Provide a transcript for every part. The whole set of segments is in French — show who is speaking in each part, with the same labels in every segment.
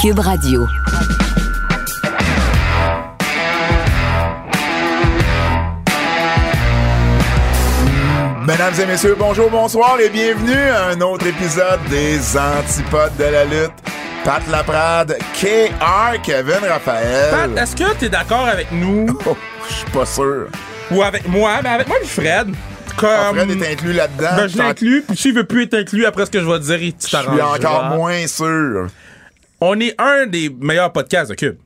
Speaker 1: Cube Radio.
Speaker 2: Mesdames et messieurs, bonjour, bonsoir et bienvenue à un autre épisode des Antipodes de la lutte. Pat Laprade, KR, Kevin Raphaël.
Speaker 3: Pat, euh, est-ce que t'es d'accord avec nous
Speaker 2: Oh, Je suis pas sûr.
Speaker 3: ou avec moi, mais avec moi et Fred? Comme,
Speaker 2: Ah, Fred est inclus là-dedans.
Speaker 3: ben, je
Speaker 2: t'en-
Speaker 3: l'inclus, puis s'il veut plus être inclus après ce que je vais te dire, il- tu
Speaker 2: je suis
Speaker 3: t'arrangeras.
Speaker 2: encore moins sûr.
Speaker 3: On est un des meilleurs podcasts de Cube.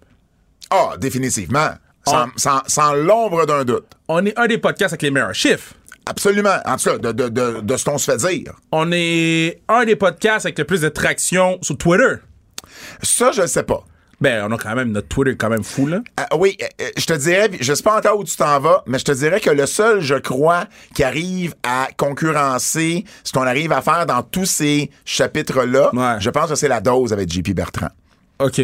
Speaker 2: Ah, définitivement. Sans,
Speaker 3: Ah.
Speaker 2: sans- sans l'ombre d'un doute.
Speaker 3: On est un des podcasts avec les meilleurs chiffres.
Speaker 2: Absolument. En tout cas, de, de- de- de ce qu'on se fait dire.
Speaker 3: On est un des podcasts avec le plus de traction sur Twitter.
Speaker 2: Ça, je le sais pas.
Speaker 3: Ben, on a quand même notre Twitter est quand même fou, là.
Speaker 2: Ah, oui, euh, euh, je te dirais, puis je sais pas encore où tu t'en vas, mais je te dirais que le seul, je crois, qui arrive à concurrencer ce qu'on arrive à faire dans tous ces chapitres-là,
Speaker 3: Ouais.
Speaker 2: je pense que c'est la dose avec JP Bertrand.
Speaker 3: OK.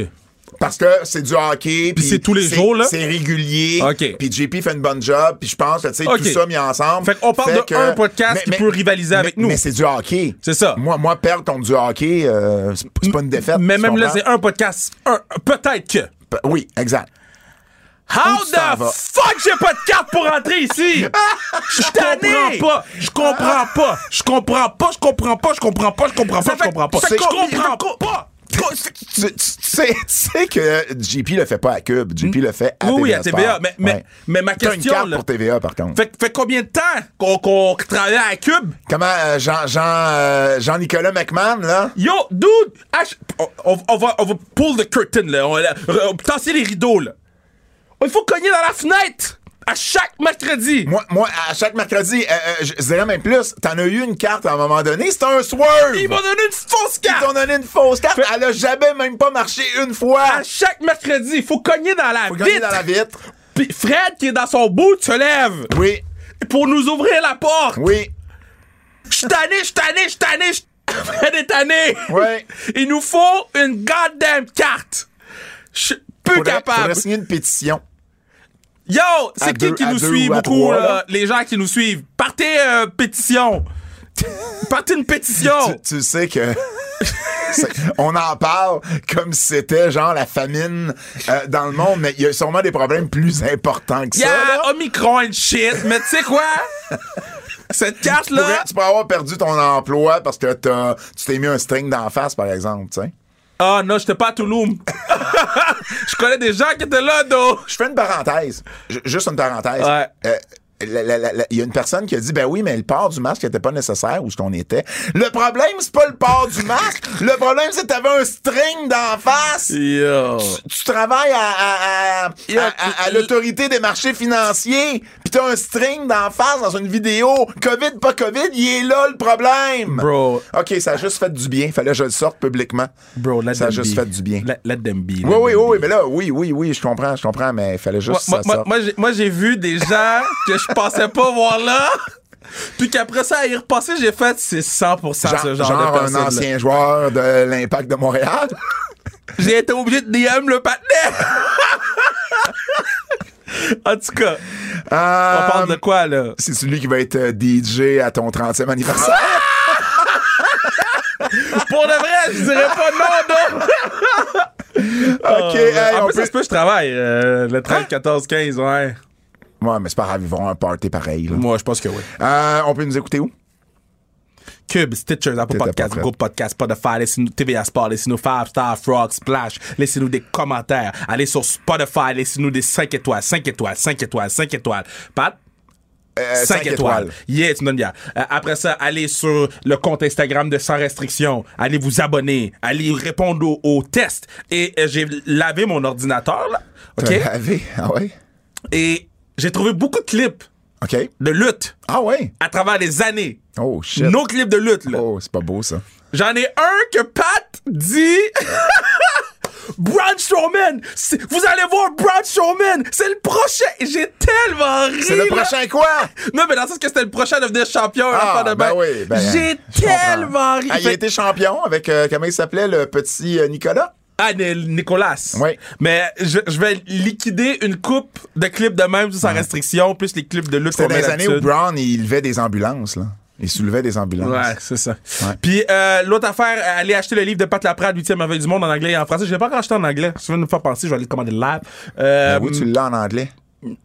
Speaker 2: Parce que c'est du hockey. Puis
Speaker 3: c'est tous les jours, là?
Speaker 2: C'est régulier.
Speaker 3: OK.
Speaker 2: Puis JP fait une bonne job. Puis je pense que, tu sais,
Speaker 3: OK.
Speaker 2: tout ça mis ensemble.
Speaker 3: Fait qu'on parle de un podcast qui peut rivaliser
Speaker 2: mais-
Speaker 3: avec nous.
Speaker 2: Mais c'est du hockey.
Speaker 3: C'est ça.
Speaker 2: Moi, moi perdre contre du hockey, euh, c'est c'est pas une défaite.
Speaker 3: Mais
Speaker 2: tu
Speaker 3: même là,
Speaker 2: comprends?
Speaker 3: c'est un podcast. un- peut-être que.
Speaker 2: Pe- Oui, exact.
Speaker 3: How
Speaker 2: Où tu t'en
Speaker 3: the
Speaker 2: vas?
Speaker 3: fuck j'ai pas de carte pour entrer ici? Je Ah. comprends
Speaker 2: tanné!
Speaker 3: pas. Je comprends pas. Je comprends pas. Je comprends pas. Je comprends pas. Je comprends pas. Je comprends pas.
Speaker 2: c'est-
Speaker 3: Je comprends pas.
Speaker 2: Tu, tu- tu sais, tu sais que JP le fait pas à Cube. JP le fait à TVA.
Speaker 3: Hmm. Oui, oui, à TVA.
Speaker 2: Sport.
Speaker 3: Mais, mais,
Speaker 2: Ouais.
Speaker 3: mais ma
Speaker 2: T'as une
Speaker 3: question.
Speaker 2: carte
Speaker 3: là,
Speaker 2: pour TVA, par contre.
Speaker 3: fait, fait combien de temps qu'on qu'on travaille à Cube?
Speaker 2: Comment euh, Jean, Jean, euh, Jean-Nicolas McMahon, là?
Speaker 3: Yo, dude! H- on, on va, on va pull the curtain, là. On, va tasser les rideaux, là. Il faut cogner dans la fenêtre à chaque mercredi.
Speaker 2: Moi, moi, à chaque mercredi, euh, euh, je je dirais même plus, t'en as eu une carte à un moment donné, c'était un swerve!
Speaker 3: Ils m'ont donné une fausse carte!
Speaker 2: Ils t'ont donné une fausse carte,
Speaker 3: Fait- Ah,
Speaker 2: elle a jamais même pas marché une fois!
Speaker 3: À chaque mercredi, il faut cogner dans la
Speaker 2: Faut
Speaker 3: vitre.
Speaker 2: gagner dans la vitre.
Speaker 3: Puis Fred, qui est dans son bout, se lève
Speaker 2: Oui,
Speaker 3: pour nous ouvrir la porte.
Speaker 2: oui,
Speaker 3: Je suis tanné, je suis tanné, je suis tanné, je suis- Fred est tanné.
Speaker 2: Ouais.
Speaker 3: Il nous faut une goddamn carte. Je suis plus
Speaker 2: faudrait,
Speaker 3: capable.
Speaker 2: faudrait signer une pétition.
Speaker 3: Yo, c'est
Speaker 2: À
Speaker 3: qui
Speaker 2: deux-
Speaker 3: qui
Speaker 2: à
Speaker 3: nous
Speaker 2: deux
Speaker 3: suit
Speaker 2: ou à
Speaker 3: beaucoup,
Speaker 2: trois,
Speaker 3: là,
Speaker 2: là?
Speaker 3: les gens qui nous suivent? Partez euh, pétition. Partez une pétition.
Speaker 2: Tu, tu sais que... c'est- On en parle comme si c'était genre la famine euh, dans le monde, mais il y a sûrement des problèmes plus importants que ça. là.
Speaker 3: Yeah, Omicron and shit. Mais tu sais quoi? Cette
Speaker 2: Tu pourrais-
Speaker 3: carte-là,
Speaker 2: tu peux avoir perdu ton emploi parce que t'as- tu t'es mis un string d'en face, par exemple, tu sais.
Speaker 3: Ah non, j'étais pas à Toulouse. je connais des gens qui étaient là, donc.
Speaker 2: Je fais une parenthèse. Ju- juste une parenthèse.
Speaker 3: Ouais.
Speaker 2: Euh, la- la- la- la- Il y a une personne qui a dit, ben oui, mais le port du masque n'était pas nécessaire où ce qu'on était. Le problème, c'est pas le port du masque. Le problème, c'est que t'avais un string d'en face.
Speaker 3: Yo.
Speaker 2: Tu travailles à, à- à-
Speaker 3: Yo,
Speaker 2: à- à- à l'autorité des marchés financiers, pis t'as un string d'en face dans une vidéo. COVID, pas COVID, il est là le problème.
Speaker 3: Bro.
Speaker 2: OK, ça a juste fait du bien. Fallait que je le sorte publiquement.
Speaker 3: Bro, let
Speaker 2: Ça a
Speaker 3: them
Speaker 2: juste
Speaker 3: be.
Speaker 2: fait du bien.
Speaker 3: Let, let them
Speaker 2: Oui,
Speaker 3: be.
Speaker 2: oui, oui, oui, mais là, oui, oui, oui, je comprends, je comprends, mais il fallait juste
Speaker 3: Moi,
Speaker 2: que
Speaker 3: moi,
Speaker 2: ça
Speaker 3: moi-
Speaker 2: sorte.
Speaker 3: moi, j'ai- moi, j'ai vu des gens que je pensais pas voir là. Puis qu'après ça, à y repasser, j'ai fait, c'est 100% ce genre, de
Speaker 2: un
Speaker 3: personne.
Speaker 2: ancien joueur de l'Impact de Montréal.
Speaker 3: J'ai été obligé de DM le patinet. en tout cas, on parle de quoi, là?
Speaker 2: Euh, C'est celui qui va être euh, DJ à ton 30e anniversaire.
Speaker 3: Pour de vrai, je dirais pas non, non. Ah,
Speaker 2: OK, hey,
Speaker 3: en
Speaker 2: on
Speaker 3: plus,
Speaker 2: peut-
Speaker 3: ça se peut, je travaille euh, le 13, 14, 15, ouais.
Speaker 2: Ouais, mais c'est pas grave, ils vont avoir un party pareil. là.
Speaker 3: Moi, je pense que oui.
Speaker 2: Euh, on peut nous écouter où?
Speaker 3: Cube, Stitcher, Apple
Speaker 2: T'étais
Speaker 3: Podcast,
Speaker 2: pas prêt.
Speaker 3: Google Podcast, Spotify, laissez-nous TVA Sport, laissez-nous Five Star, Frog, Splash, laissez-nous des commentaires. Allez sur Spotify, laissez-nous des 5 étoiles, 5 étoiles, 5 étoiles, 5 étoiles. Pat?
Speaker 2: Euh,
Speaker 3: 5,
Speaker 2: cinq
Speaker 3: étoiles. Yeah, tu me donnes bien. Euh, après ça, allez sur le compte Instagram de Sans Restriction. Allez vous abonner. Allez répondre aux, aux tests. Et euh, j'ai lavé mon ordinateur, là. OK?
Speaker 2: T'as lavé? Ah ouais?
Speaker 3: Et j'ai trouvé beaucoup de clips
Speaker 2: OK.
Speaker 3: de lutte
Speaker 2: Ah ouais?
Speaker 3: à travers les années.
Speaker 2: Oh, shit.
Speaker 3: Nos clips de lutte, là.
Speaker 2: Oh, c'est pas beau, ça.
Speaker 3: J'en ai un que Pat dit Brad Strowman! C'est- Vous allez voir Brad Strowman! C'est le prochain! Et J'ai tellement ri!
Speaker 2: C'est le
Speaker 3: là.
Speaker 2: prochain quoi?
Speaker 3: Non, mais dans le sens que c'était le prochain à devenir champion
Speaker 2: Ah,
Speaker 3: à la fin de
Speaker 2: ben
Speaker 3: bain.
Speaker 2: oui, ben,
Speaker 3: J'ai
Speaker 2: je comprends.
Speaker 3: tellement ri!
Speaker 2: Ah, il a
Speaker 3: Fait-
Speaker 2: été champion avec, euh, comment il s'appelait, le petit euh, Nicolas?
Speaker 3: Ah, Ni- Nicolas.
Speaker 2: Oui.
Speaker 3: Mais je, je vais liquider une coupe de clips de même sans restriction, plus les clips de lutte qu'on
Speaker 2: Ah. C'était dans
Speaker 3: met
Speaker 2: les années
Speaker 3: là-dessus.
Speaker 2: où Brown, il levait des ambulances, là. Il soulevait des ambulances.
Speaker 3: Ouais, c'est ça.
Speaker 2: Ouais.
Speaker 3: Puis euh, l'autre affaire, euh, aller acheter le livre de Pat Laprade, 8e merveille du monde en anglais et en français. Je l'ai pas encore acheté en anglais. Ça va me faire penser, je vais aller le commander live. Euh,
Speaker 2: Ah oui, tu l'as en anglais?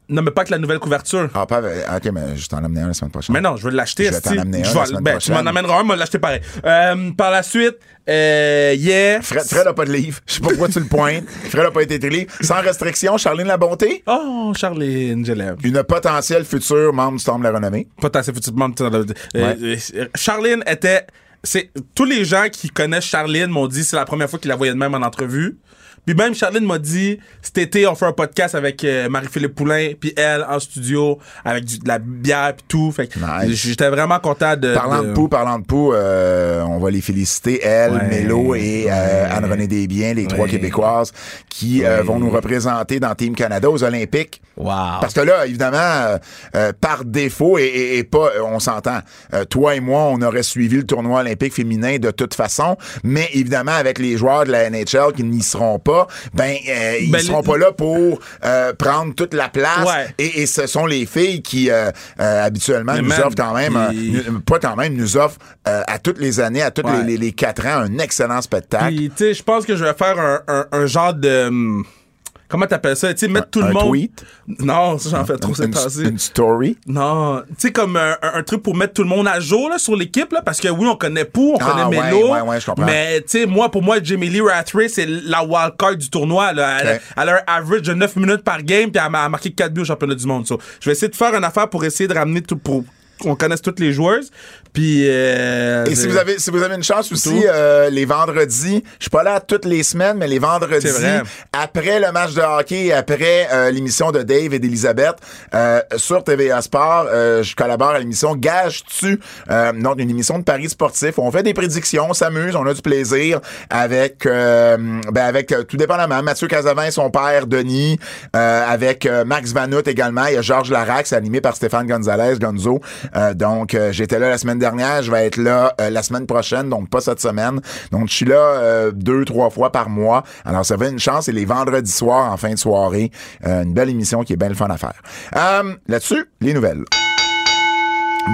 Speaker 3: Non, mais pas que la nouvelle couverture.
Speaker 2: Ah, pas avec- Ok, mais je t'en amène un la semaine prochaine.
Speaker 3: Mais non, je veux l'acheter.
Speaker 2: Je vais
Speaker 3: esti.
Speaker 2: t'en amener un
Speaker 3: Je
Speaker 2: la semaine
Speaker 3: ben, tu
Speaker 2: prochaine.
Speaker 3: m'en amèneras un, moi, l'acheter pareil. Euh, par la suite, euh, yeah.
Speaker 2: Fred, Fred a pas de livre. Je sais pas pourquoi tu le pointes. Fred a pas été de livre. Sans restriction, Charline La Bonté,
Speaker 3: Oh, Charlene, je l'aime.
Speaker 2: une potentielle future membre du Temple de la Renommée.
Speaker 3: potentiel futur membre, tu sais, dans le- euh, euh, Charline était. C'est, tous les gens qui connaissent Charline m'ont dit c'est la première fois qu'ils la voyaient de même en entrevue. Puis même Charline m'a dit cet été, on fait un podcast avec euh, Marie-Philippe Poulain, puis elle en studio, avec du- de la bière, puis tout. Fait que
Speaker 2: Nice.
Speaker 3: j'étais vraiment content de.
Speaker 2: Parlant de Pou, parlant de Pou, euh, on va les féliciter, elle,
Speaker 3: Ouais.
Speaker 2: Mélo et euh, Anne-Renée Desbiens, les trois Québécoises, qui euh, vont nous représenter dans Team Canada aux Olympiques.
Speaker 3: Wow.
Speaker 2: Parce que là, évidemment, euh, euh, par défaut, et, et- et pas, euh, on s'entend, euh, toi et moi, on aurait suivi le tournoi olympique féminin de toute façon, mais évidemment, avec les joueurs de la NHL qui n'y seront pas, ben, euh, ils
Speaker 3: Ben,
Speaker 2: seront
Speaker 3: les-
Speaker 2: pas là pour euh, prendre toute la place.
Speaker 3: Ouais.
Speaker 2: Et, et ce sont les filles qui, euh, euh, habituellement,
Speaker 3: Mais
Speaker 2: nous
Speaker 3: man,
Speaker 2: offrent quand même, euh,
Speaker 3: puis-
Speaker 2: nous- pas quand même, nous offrent euh, à toutes les années, à tous
Speaker 3: Ouais.
Speaker 2: les, les- les quatre ans, un excellent spectacle.
Speaker 3: Puis, tu sais, je pense que je vais faire un, un- un genre de. hum, Comment t'appelles ça? Tu sais, mettre
Speaker 2: Un-
Speaker 3: tout le
Speaker 2: un
Speaker 3: monde.
Speaker 2: tweet?
Speaker 3: Non, ça, j'en fais trop cette
Speaker 2: une,
Speaker 3: temps-ci.
Speaker 2: une story.
Speaker 3: Non, tu sais comme un, un- un truc pour mettre tout le monde à jour là, sur l'équipe là, parce que oui on connaît Pou, on
Speaker 2: Ah,
Speaker 3: connaît
Speaker 2: ouais,
Speaker 3: Melo,
Speaker 2: ouais, ouais, je comprends.
Speaker 3: mais tu sais moi pour moi Jamie Lee Rathray c'est la wildcard du tournoi là. Elle,
Speaker 2: Ok.
Speaker 3: elle a un average de 9 minutes par game puis elle m'a marqué 4 buts au championnat du monde. so. Je vais essayer de faire une affaire pour essayer de ramener tout pour qu'on connaisse toutes les joueuses puis euh,
Speaker 2: Et si
Speaker 3: euh,
Speaker 2: vous avez si vous avez une chance aussi
Speaker 3: Tout.
Speaker 2: euh, les vendredis, je suis pas là toutes les semaines mais les vendredis
Speaker 3: C'est vrai.
Speaker 2: après le match de hockey et après euh, l'émission de Dave et d'Elisabeth euh, sur TVA Sport, euh, je collabore à l'émission Gage tu euh, non une émission de paris sportif où on fait des prédictions, on s'amuse, on a du plaisir avec euh, ben avec euh, tout dépendamment Mathieu Casavin et son père Denis euh, avec euh, Max Vanout également, il y a Georges Larax animé par Stéphane Gonzalez Gonzo. Euh, donc euh, j'étais là la semaine dernière, je vais être là euh, la semaine prochaine, donc pas cette semaine. Donc je suis là euh, deux trois fois par mois. Alors ça va être une chance et les vendredis soirs en fin de soirée, euh, une belle émission qui est bien le fun à faire. Euh, là-dessus, les nouvelles.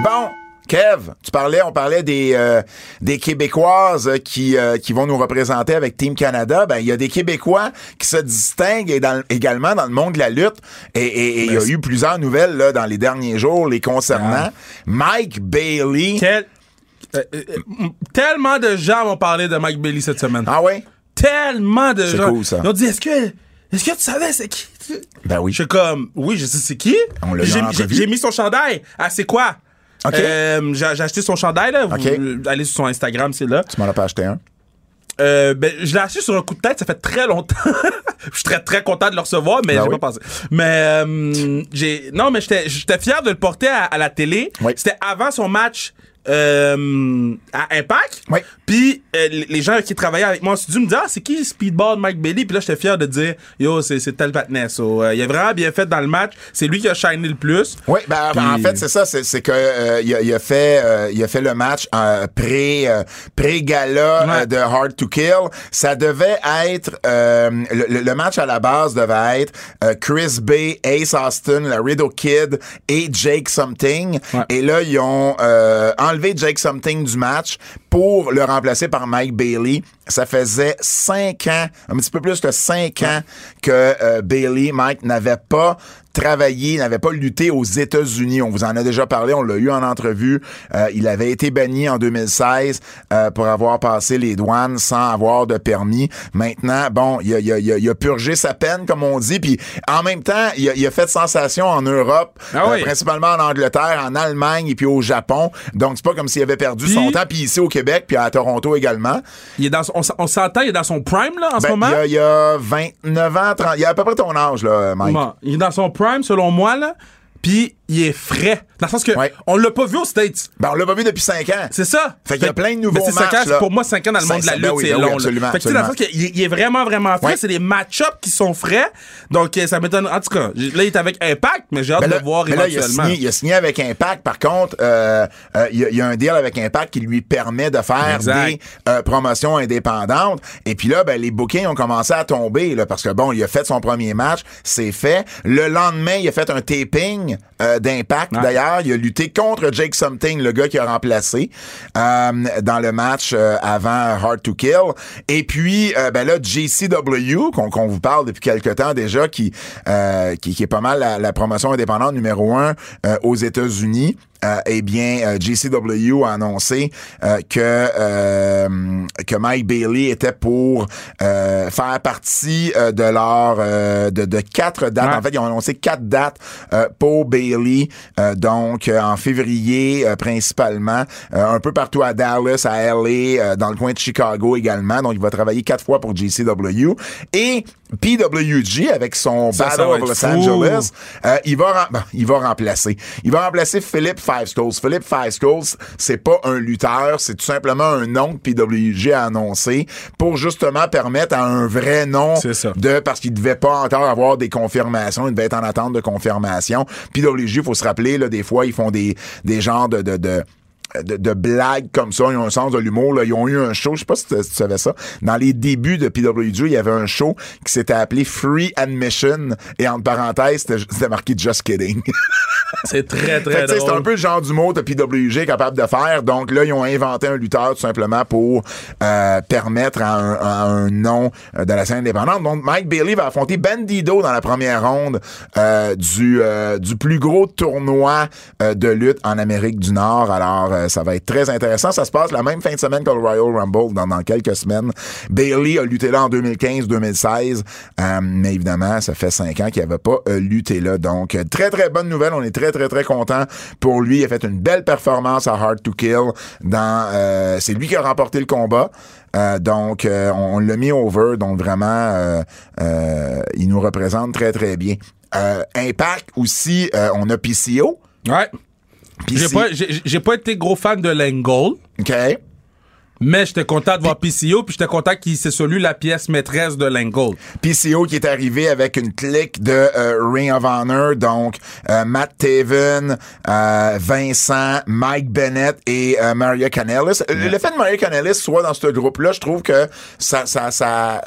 Speaker 2: Bon, Kev, tu parlais, on parlait des, euh, des Québécoises euh, qui, euh, qui vont nous représenter avec Team Canada. Ben, il y a des Québécois qui se distinguent et dans- également dans le monde de la lutte. Et- Et et il y a eu plusieurs nouvelles là, dans les derniers jours les concernant. Mike Bailey.
Speaker 3: quel- euh, euh, euh, tellement de gens m'ont parlé de Mike Bailey cette semaine.
Speaker 2: Ah ouais?
Speaker 3: Tellement de gens.
Speaker 2: C'est cool, ça.
Speaker 3: Ils ont dit est-ce que est-ce que tu savais c'est qui
Speaker 2: Ben oui.
Speaker 3: Je suis comme, oui, je sais c'est qui.
Speaker 2: On l'a eu
Speaker 3: J'ai-
Speaker 2: en
Speaker 3: J'ai
Speaker 2: entrevue.
Speaker 3: j'ai mis son chandail. Ah, c'est quoi?
Speaker 2: Ok.
Speaker 3: Euh, j'ai j'ai acheté son chandail, là. Vous-
Speaker 2: Ok.
Speaker 3: allez sur son Instagram, c'est là.
Speaker 2: Tu m'en as pas acheté un.
Speaker 3: Euh, ben, je l'ai acheté sur un coup de tête, ça fait très longtemps. je suis très, très content de le recevoir, mais
Speaker 2: Ben
Speaker 3: j'ai
Speaker 2: oui.
Speaker 3: pas pensé. Mais, euh, j'ai, non, mais j'étais, j'étais fier de le porter à, à la télé.
Speaker 2: Oui.
Speaker 3: C'était avant son match, euh, à Impact.
Speaker 2: Oui.
Speaker 3: Puis, euh, les- les gens qui travaillaient avec moi en studio me disaient, ah, c'est qui Speedball Mike Bailey? Puis là, j'étais fier de dire, yo, c'est, c'est tel patinet. So, euh, il a vraiment bien fait dans le match. C'est lui qui a shiné le plus.
Speaker 2: Oui, ben,
Speaker 3: Puis-
Speaker 2: en fait, c'est ça, c'est, c'est que euh, il, a, il a fait euh, il a fait le match euh, pré euh, pré gala
Speaker 3: Ouais.
Speaker 2: de Hard to Kill. Ça devait être euh, le, le- le match à la base devait être euh, Chris Bay, Ace Austin, Laredo Kid et Jake Something.
Speaker 3: Ouais.
Speaker 2: Et là, ils ont euh, enlevé Jake Something du match pour le remplacer par Mike Bailey. Ça faisait cinq ans, un petit peu plus que cinq ans que euh, Bailey, Mike, n'avait pas travaillé, n'avait pas lutté aux États-Unis. On vous en a déjà parlé, on l'a eu en entrevue. Euh, il avait été banni en 2016 euh, pour avoir passé les douanes sans avoir de permis. Maintenant, bon, il a, il a- il a- il a purgé sa peine, comme on dit, puis en même temps, il a, il a fait sensation en Europe, euh,
Speaker 3: Ah oui.
Speaker 2: principalement en Angleterre, en Allemagne et puis au Japon. Donc, c'est pas comme s'il avait perdu
Speaker 3: Puis-
Speaker 2: son temps, puis ici au Québec, puis à Toronto également.
Speaker 3: Il est dans, son- on, s- on s'entend, il est dans son prime, là, en ce
Speaker 2: Ben,
Speaker 3: moment.
Speaker 2: il, y a, il y a 29 ans, 30, il y a à peu près ton âge, là, Mike.
Speaker 3: Bon, il est dans son prime, selon moi, là. Puis, il- il est frais. Dans le sens que
Speaker 2: Ouais.
Speaker 3: on l'a pas vu aux States.
Speaker 2: Ben, on l'a pas vu depuis 5 ans.
Speaker 3: C'est ça.
Speaker 2: Fait qu'il y a plein de nouveaux
Speaker 3: mais c'est
Speaker 2: matchs,
Speaker 3: cinq ans,
Speaker 2: là.
Speaker 3: Pour moi, 5 ans dans le
Speaker 2: Ça,
Speaker 3: monde de la
Speaker 2: ça,
Speaker 3: lutte,
Speaker 2: ben oui,
Speaker 3: c'est
Speaker 2: ben oui,
Speaker 3: long. là.
Speaker 2: absolument,
Speaker 3: Fait que, tu sais, dans le sens
Speaker 2: absolument.
Speaker 3: qu'il il- il est vraiment, vraiment frais.
Speaker 2: Ouais.
Speaker 3: C'est des match-ups qui sont frais. Donc, euh, ça m'étonne. En tout cas, j- là, il est avec Impact, mais j'ai hâte
Speaker 2: Ben
Speaker 3: de
Speaker 2: là-
Speaker 3: le voir
Speaker 2: ben là, il a,
Speaker 3: éventuellement.
Speaker 2: signé, il a signé avec Impact. Par contre, euh, euh, il, y a, il y a un deal avec Impact qui lui permet de faire
Speaker 3: Exact.
Speaker 2: des euh, promotions indépendantes. Et puis là, ben, les bookings ont commencé à tomber là, parce que bon, il a fait son premier match, c'est fait. Le lendemain, il a fait un taping euh, d'Impact.
Speaker 3: Ouais.
Speaker 2: D'ailleurs, il a lutté contre Jake Something, le gars qui a remplacé euh, dans le match euh, avant Hard to Kill. Et puis, euh, ben là, JCW, qu'on qu'on vous parle depuis quelque temps déjà, qui, euh, qui, qui est pas mal la, la promotion indépendante numéro un euh, aux États-Unis. Euh, eh bien, euh, JCW a annoncé euh, que euh, que Mike Bailey était pour euh, faire partie euh, de leur euh, de, de quatre dates.
Speaker 3: Ouais.
Speaker 2: En fait, ils ont annoncé quatre dates euh, pour Bailey, euh, donc euh, en février euh, principalement, euh, un peu partout à Dallas, à LA, euh, dans le coin de Chicago également. Donc, il va travailler quatre fois pour JCW et PWG avec son
Speaker 3: Ça, ça
Speaker 2: Battle
Speaker 3: va
Speaker 2: of
Speaker 3: être
Speaker 2: Los
Speaker 3: fou.
Speaker 2: Angeles. Euh, il, va rem- bon, il va remplacer. Il va remplacer Philippe Five Schools. Philippe Five Schools, c'est pas un lutteur, c'est tout simplement un nom que PWG a annoncé pour justement permettre à un vrai nom
Speaker 3: C'est ça.
Speaker 2: de parce qu'il devait pas encore avoir des confirmations, il devait être en attente de confirmation. PWG, il faut se rappeler là, des fois ils font des des genres de de, de de, de blagues comme ça, ils ont un sens de l'humour. là. Ils ont eu un show, je sais pas si tu, si tu savais ça. Dans les débuts de PWG, il y avait un show qui s'était appelé Free Admission et entre parenthèses, c'était- c'était marqué Just Kidding.
Speaker 3: C'est très,
Speaker 2: Fait
Speaker 3: très
Speaker 2: que, tu sais,
Speaker 3: drôle.
Speaker 2: c'est un peu le genre d'humour que PWG est capable de faire. Donc là, ils ont inventé un lutteur tout simplement pour euh, permettre à un, à un nom euh, de la scène indépendante. Donc Mike Bailey va affronter Bandido dans la première ronde euh, du, euh, du plus gros tournoi euh, de lutte en Amérique du Nord. Alors euh, ça va être très intéressant. Ça se passe la même fin de semaine que le Royal Rumble dans, dans quelques semaines. Bailey a lutté là en 2015-2016, euh, mais évidemment, ça fait cinq ans qu'il n'avait pas euh, lutté là. Donc, euh, très, très bonne nouvelle. On est très, très, très content pour lui. Il a fait une belle performance à Hard to Kill. Dans, euh, c'est lui qui a remporté le combat. Euh, donc, euh, on, on l'a mis over. Donc, vraiment, euh, euh, il nous représente très, très bien. Euh, Impact aussi, euh, on a PCO.
Speaker 3: Ouais. J'ai
Speaker 2: PCO,
Speaker 3: pas, j'ai- j'ai pas été gros fan de Langle.
Speaker 2: OK.
Speaker 3: Mais j'étais content de voir PCO, puis j'étais content qu'il s'est celui la pièce maîtresse de Langle.
Speaker 2: PCO qui est arrivé avec une clique de euh, Ring of Honor, donc euh, Matt Taven, euh, Vincent, Mike Bennett et euh, Maria Kanellis. Le- Le fait de Maria Kanellis soit dans ce groupe-là, je trouve que ça, ça, ça,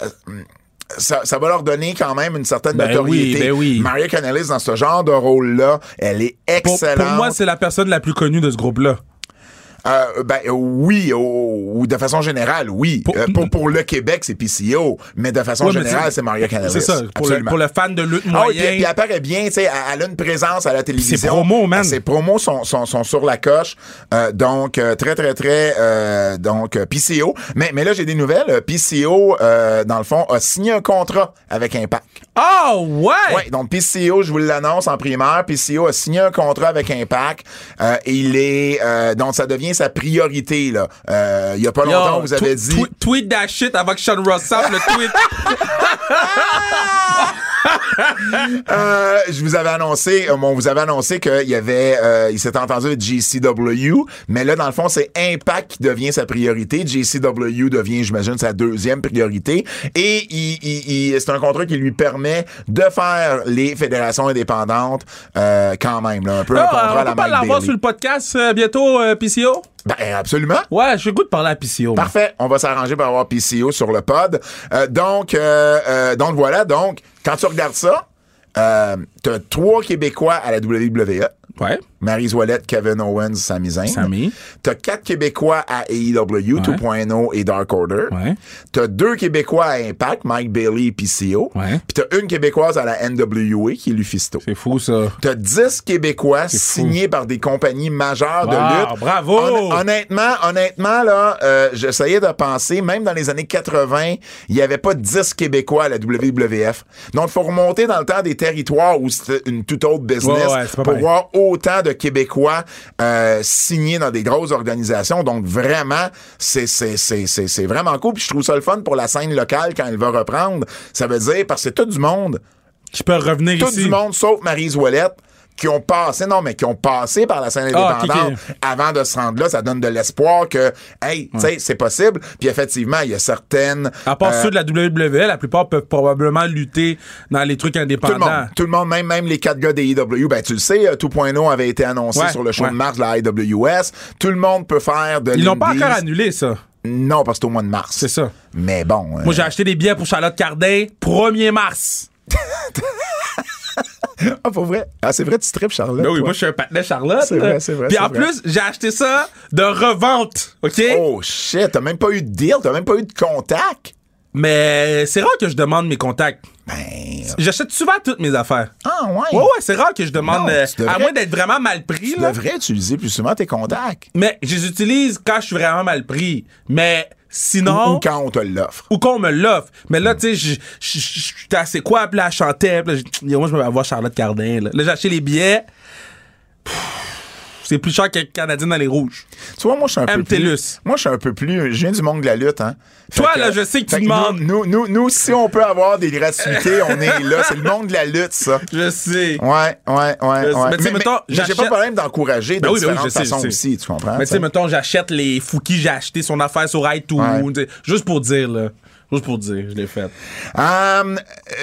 Speaker 2: ça, ça va leur donner quand même une certaine
Speaker 3: Ben oui,
Speaker 2: notoriété.
Speaker 3: ben oui.
Speaker 2: Maria Kanellis dans ce genre de rôle-là, elle est
Speaker 3: Pour,
Speaker 2: excellente.
Speaker 3: pour moi, c'est la personne la plus connue de ce groupe-là.
Speaker 2: Euh, ben euh, oui, au- ou de façon générale, oui.
Speaker 3: Pour-
Speaker 2: Pour, pour, pour le Québec, c'est PCO, mais de façon
Speaker 3: Ouais, mais
Speaker 2: générale,
Speaker 3: c'est-
Speaker 2: c'est Maria Kanellis.
Speaker 3: C'est ça. Pour le,
Speaker 2: Absolument.
Speaker 3: pour le fan de lutte
Speaker 2: Ah oui, puis, puis
Speaker 3: moyen.
Speaker 2: elle apparaît bien, tu sais, elle, elle a une présence à la télévision. Euh,
Speaker 3: promos, man.
Speaker 2: Ses promos sont, sont, sont sur la coche. Euh, donc, euh, très, très, très, euh, donc, euh, PCO. Mais, mais là, j'ai des nouvelles. Euh, PCO, euh, dans le fond, a signé un contrat avec Impact.
Speaker 3: Ah ouais!
Speaker 2: Ouais, donc PCO, je vous l'annonce en primaire, PCO a signé un contrat avec Impact. Euh, et il est, euh, donc ça devient sa priorité, là. Euh, il y a pas
Speaker 3: Yo,
Speaker 2: longtemps, on vous
Speaker 3: tw-
Speaker 2: avez dit...
Speaker 3: tw- tweet that shit avant que Sean Ross sorte le tweet.
Speaker 2: Euh, je vous avais annoncé, euh, bon, on vous avait annoncé qu'il y avait, euh, il s'est entendu avec GCW, mais là, dans le fond, c'est Impact qui devient sa priorité. GCW devient, j'imagine, sa deuxième priorité. Et il, il- il- c'est un contrat qui lui permet de faire les fédérations indépendantes euh, quand même, là, un peu un
Speaker 3: Ah,
Speaker 2: contrat à
Speaker 3: on
Speaker 2: la
Speaker 3: peut pas
Speaker 2: Mike
Speaker 3: l'avoir
Speaker 2: Bailey.
Speaker 3: sur le podcast euh, bientôt, euh, PCO?
Speaker 2: Ben, absolument.
Speaker 3: Ouais, j'ai le goût de parler à PCO. moi.
Speaker 2: Parfait, on va s'arranger pour avoir PCO sur le pod. Euh, donc, euh, euh, donc voilà, donc quand tu regardes ça, euh, t'as trois Québécois à la E. WWE.
Speaker 3: Ouais.
Speaker 2: Maryse Wallet, Kevin Owens, Sami Zayn.
Speaker 3: Sami.
Speaker 2: T'as quatre Québécois à E AEW, 2.0 et Dark Order.
Speaker 3: Ouais.
Speaker 2: T'as deux Québécois à Impact, Mike Bailey et PCO.
Speaker 3: Ouais.
Speaker 2: Puis t'as une Québécoise à la NWA qui est Lufisto.
Speaker 3: C'est fou, ça.
Speaker 2: T'as 10 Québécois
Speaker 3: fou.
Speaker 2: signés par des compagnies majeures
Speaker 3: Wow,
Speaker 2: de lutte.
Speaker 3: bravo!
Speaker 2: Hon- honnêtement, honnêtement, là, euh, j'essayais de penser, même dans les années 80, il n'y avait pas 10 Québécois à la WWF. Donc, il faut remonter dans le temps des territoires où c'était une toute autre business
Speaker 3: Ouais, ouais, c'est
Speaker 2: pour
Speaker 3: pas pareil.
Speaker 2: voir autant de Québécois euh, signés dans des grosses organisations. Donc, vraiment, c'est, c'est, c'est, c'est, c'est vraiment cool. Puis je trouve ça le fun pour la scène locale quand elle va reprendre. Ça veut dire, parce que c'est tout du monde
Speaker 3: Je peux revenir
Speaker 2: tout
Speaker 3: ici.
Speaker 2: du monde sauf Marie Ouellette qui ont passé, non, mais qui ont passé par la scène
Speaker 3: Ah,
Speaker 2: indépendante
Speaker 3: ok, ok.
Speaker 2: avant de se rendre là. Ça donne de l'espoir que, hey, tu sais, c'est possible. Puis effectivement, il y a certaines.
Speaker 3: À part
Speaker 2: euh,
Speaker 3: ceux de la WWE, la plupart peuvent probablement lutter dans les trucs
Speaker 2: euh, tout le
Speaker 3: indépendants.
Speaker 2: monde, tout le monde, même, même les quatre gars des IW, ben tu le sais, euh, 2.0 avait été annoncé
Speaker 3: Ouais,
Speaker 2: sur le show
Speaker 3: ouais.
Speaker 2: de mars de la IWS. Tout le monde peut faire de
Speaker 3: Ils l'ont pas
Speaker 2: l'indies.
Speaker 3: encore annulé, ça.
Speaker 2: Non, parce que c'est au mois de mars.
Speaker 3: C'est ça.
Speaker 2: Mais bon.
Speaker 3: Moi, j'ai acheté des billets pour Charlotte Cardin, 1er mars.
Speaker 2: euh, ah, pour vrai. Ah, c'est vrai, tu tripes, Charlotte.
Speaker 3: Ben oui,
Speaker 2: toi.
Speaker 3: moi, je suis un patinet Charlotte.
Speaker 2: C'est vrai, c'est vrai,
Speaker 3: Puis
Speaker 2: c'est
Speaker 3: en
Speaker 2: vrai.
Speaker 3: plus, j'ai acheté ça de revente, OK?
Speaker 2: Oh shit, t'as même pas eu de deal, t'as même pas eu de contact.
Speaker 3: Mais c'est rare que je demande mes contacts.
Speaker 2: Ben.
Speaker 3: J'achète souvent toutes mes affaires.
Speaker 2: Ah, ouais.
Speaker 3: Ouais, ouais, c'est rare que je demande,
Speaker 2: Non,
Speaker 3: euh,
Speaker 2: tu devrais-
Speaker 3: à moins d'être vraiment mal pris.
Speaker 2: Tu
Speaker 3: là.
Speaker 2: devrais utiliser plus souvent tes contacts.
Speaker 3: Mais je les utilise quand je suis vraiment mal pris. Mais sinon...
Speaker 2: Ou quand on te l'offre.
Speaker 3: ou qu'on me l'offre. Mais là, tu sais, je- je- je- j'étais assez quoi, puis là, elle chantait, puis là, j'ai dit, Yo, moi, je vais voir Charlotte Cardin, là. Là, j'ai acheté les billets. Pff, C'est plus cher que Canadienne dans les rouges.
Speaker 2: Tu vois, moi, je suis un peu
Speaker 3: MTLUS.
Speaker 2: plus. Moi, je suis un peu plus. Je viens du monde de la lutte, hein. Fait
Speaker 3: Toi, là, je sais que tu
Speaker 2: fait
Speaker 3: demandes.
Speaker 2: Nous, nous, nous, nous, si on peut avoir des gratuités, on est là. C'est le monde de la lutte, ça.
Speaker 3: Je sais.
Speaker 2: Ouais, ouais, ouais.
Speaker 3: Mais
Speaker 2: ouais.
Speaker 3: tu sais, mettons,
Speaker 2: j'ai pas
Speaker 3: j'achète-
Speaker 2: de problème d'encourager de
Speaker 3: Ben oui, ben oui,
Speaker 2: différentes
Speaker 3: je sais, je
Speaker 2: façons
Speaker 3: sais.
Speaker 2: aussi, tu comprends?
Speaker 3: Mais tu sais,
Speaker 2: t'sais?
Speaker 3: mettons, j'achète les Fouki, j'ai acheté son affaire sur iTunes.
Speaker 2: Ouais.
Speaker 3: tu sais, Juste pour dire, là. Juste pour dire, je l'ai fait.
Speaker 2: Hum, euh,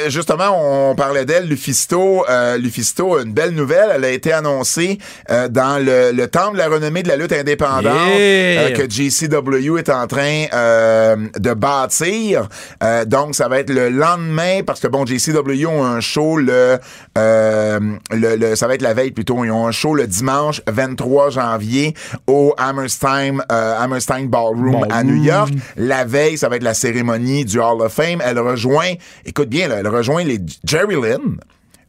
Speaker 2: justement, on parlait d'elle, Lufisto. Euh, Lufisto, une belle nouvelle. Elle a été annoncée euh, dans le, le temple de la renommée de la lutte indépendante
Speaker 3: Yeah.
Speaker 2: euh, que JCW est en train euh, de bâtir. Euh, donc, ça va être le lendemain, parce que bon, JCW ont un show le, euh, le, le- ça va être la veille plutôt. Ils ont un show le dimanche 23 janvier au Hammerstein, euh, Hammerstein Ballroom à New York. La veille, ça va être la cérémonie du Hall of Fame. Elle rejoint, écoute bien, là, elle rejoint les Jerry Lynn.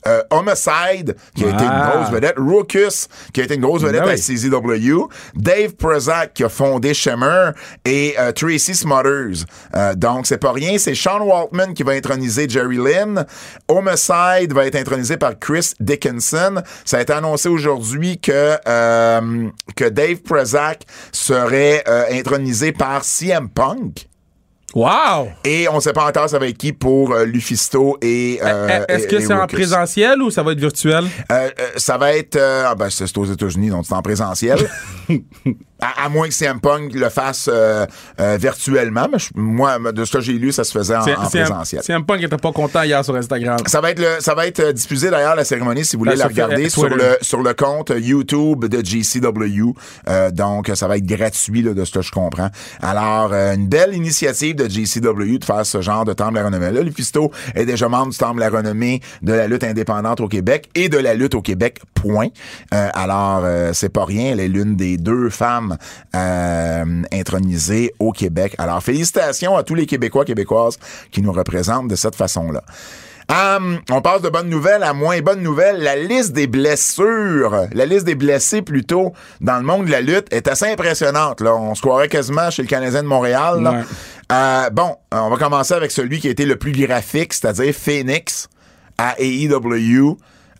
Speaker 2: euh, Homicide, qui a été
Speaker 3: Ah.
Speaker 2: une grosse vedette. Rookus, qui a été une grosse vedette
Speaker 3: Ben oui.
Speaker 2: à CZW. Dave Prezak, qui a fondé Shimmer. Et euh, Tracy Smothers. Euh, donc, c'est pas rien. C'est Sean Waltman qui va introniser Jerry Lynn. Homicide va être intronisé par Chris Dickinson. Ça a été annoncé aujourd'hui que, euh, que Dave Prezak serait euh, intronisé par CM Punk.
Speaker 3: Wow!
Speaker 2: Et on sait pas encore ça va être qui pour euh, Lufisto et euh,
Speaker 3: Eh, Est-ce
Speaker 2: et-
Speaker 3: que
Speaker 2: et
Speaker 3: c'est en
Speaker 2: Ruckus.
Speaker 3: présentiel ou ça va être virtuel?
Speaker 2: Euh, euh, ça va être. euh, ah ben, c'est c'est aux États-Unis, donc c'est en présentiel. à, à moins que CM Punk le fasse euh, euh, virtuellement. Mais je- moi, de ce que j'ai lu, ça se faisait en,
Speaker 3: C'est
Speaker 2: en présentiel.
Speaker 3: C'est un punk qui était pas content hier sur Instagram.
Speaker 2: Ça va être le- ça va être euh, diffusé d'ailleurs la cérémonie si vous voulez
Speaker 3: Ben,
Speaker 2: la
Speaker 3: sur-
Speaker 2: regarder
Speaker 3: euh,
Speaker 2: sur
Speaker 3: Twitter.
Speaker 2: le sur le compte YouTube de GCW. Euh, donc ça va être gratuit là, de ce que je comprends. Alors euh, une belle initiative de GCW de faire ce genre de temple à renommée. Là, Lufisto est déjà membre du temple à renommée de la lutte indépendante au Québec et de la lutte au Québec. Point. Euh, alors euh, c'est pas rien. Elle est l'une des deux femmes euh, intronisées au Québec. Alors félicitations à tous les Québécois québécoises qui nous représentent de cette façon là. Hum, on passe de bonnes nouvelles à moins bonnes nouvelles. La liste des blessures, la liste des blessés plutôt dans le monde de la lutte est assez impressionnante. Là. On se croirait quasiment chez le Canadien de Montréal. là.
Speaker 3: Ouais.
Speaker 2: Euh, bon, on va commencer avec celui qui a été le plus graphique, c'est-à-dire Phoenix à AEW. Euh,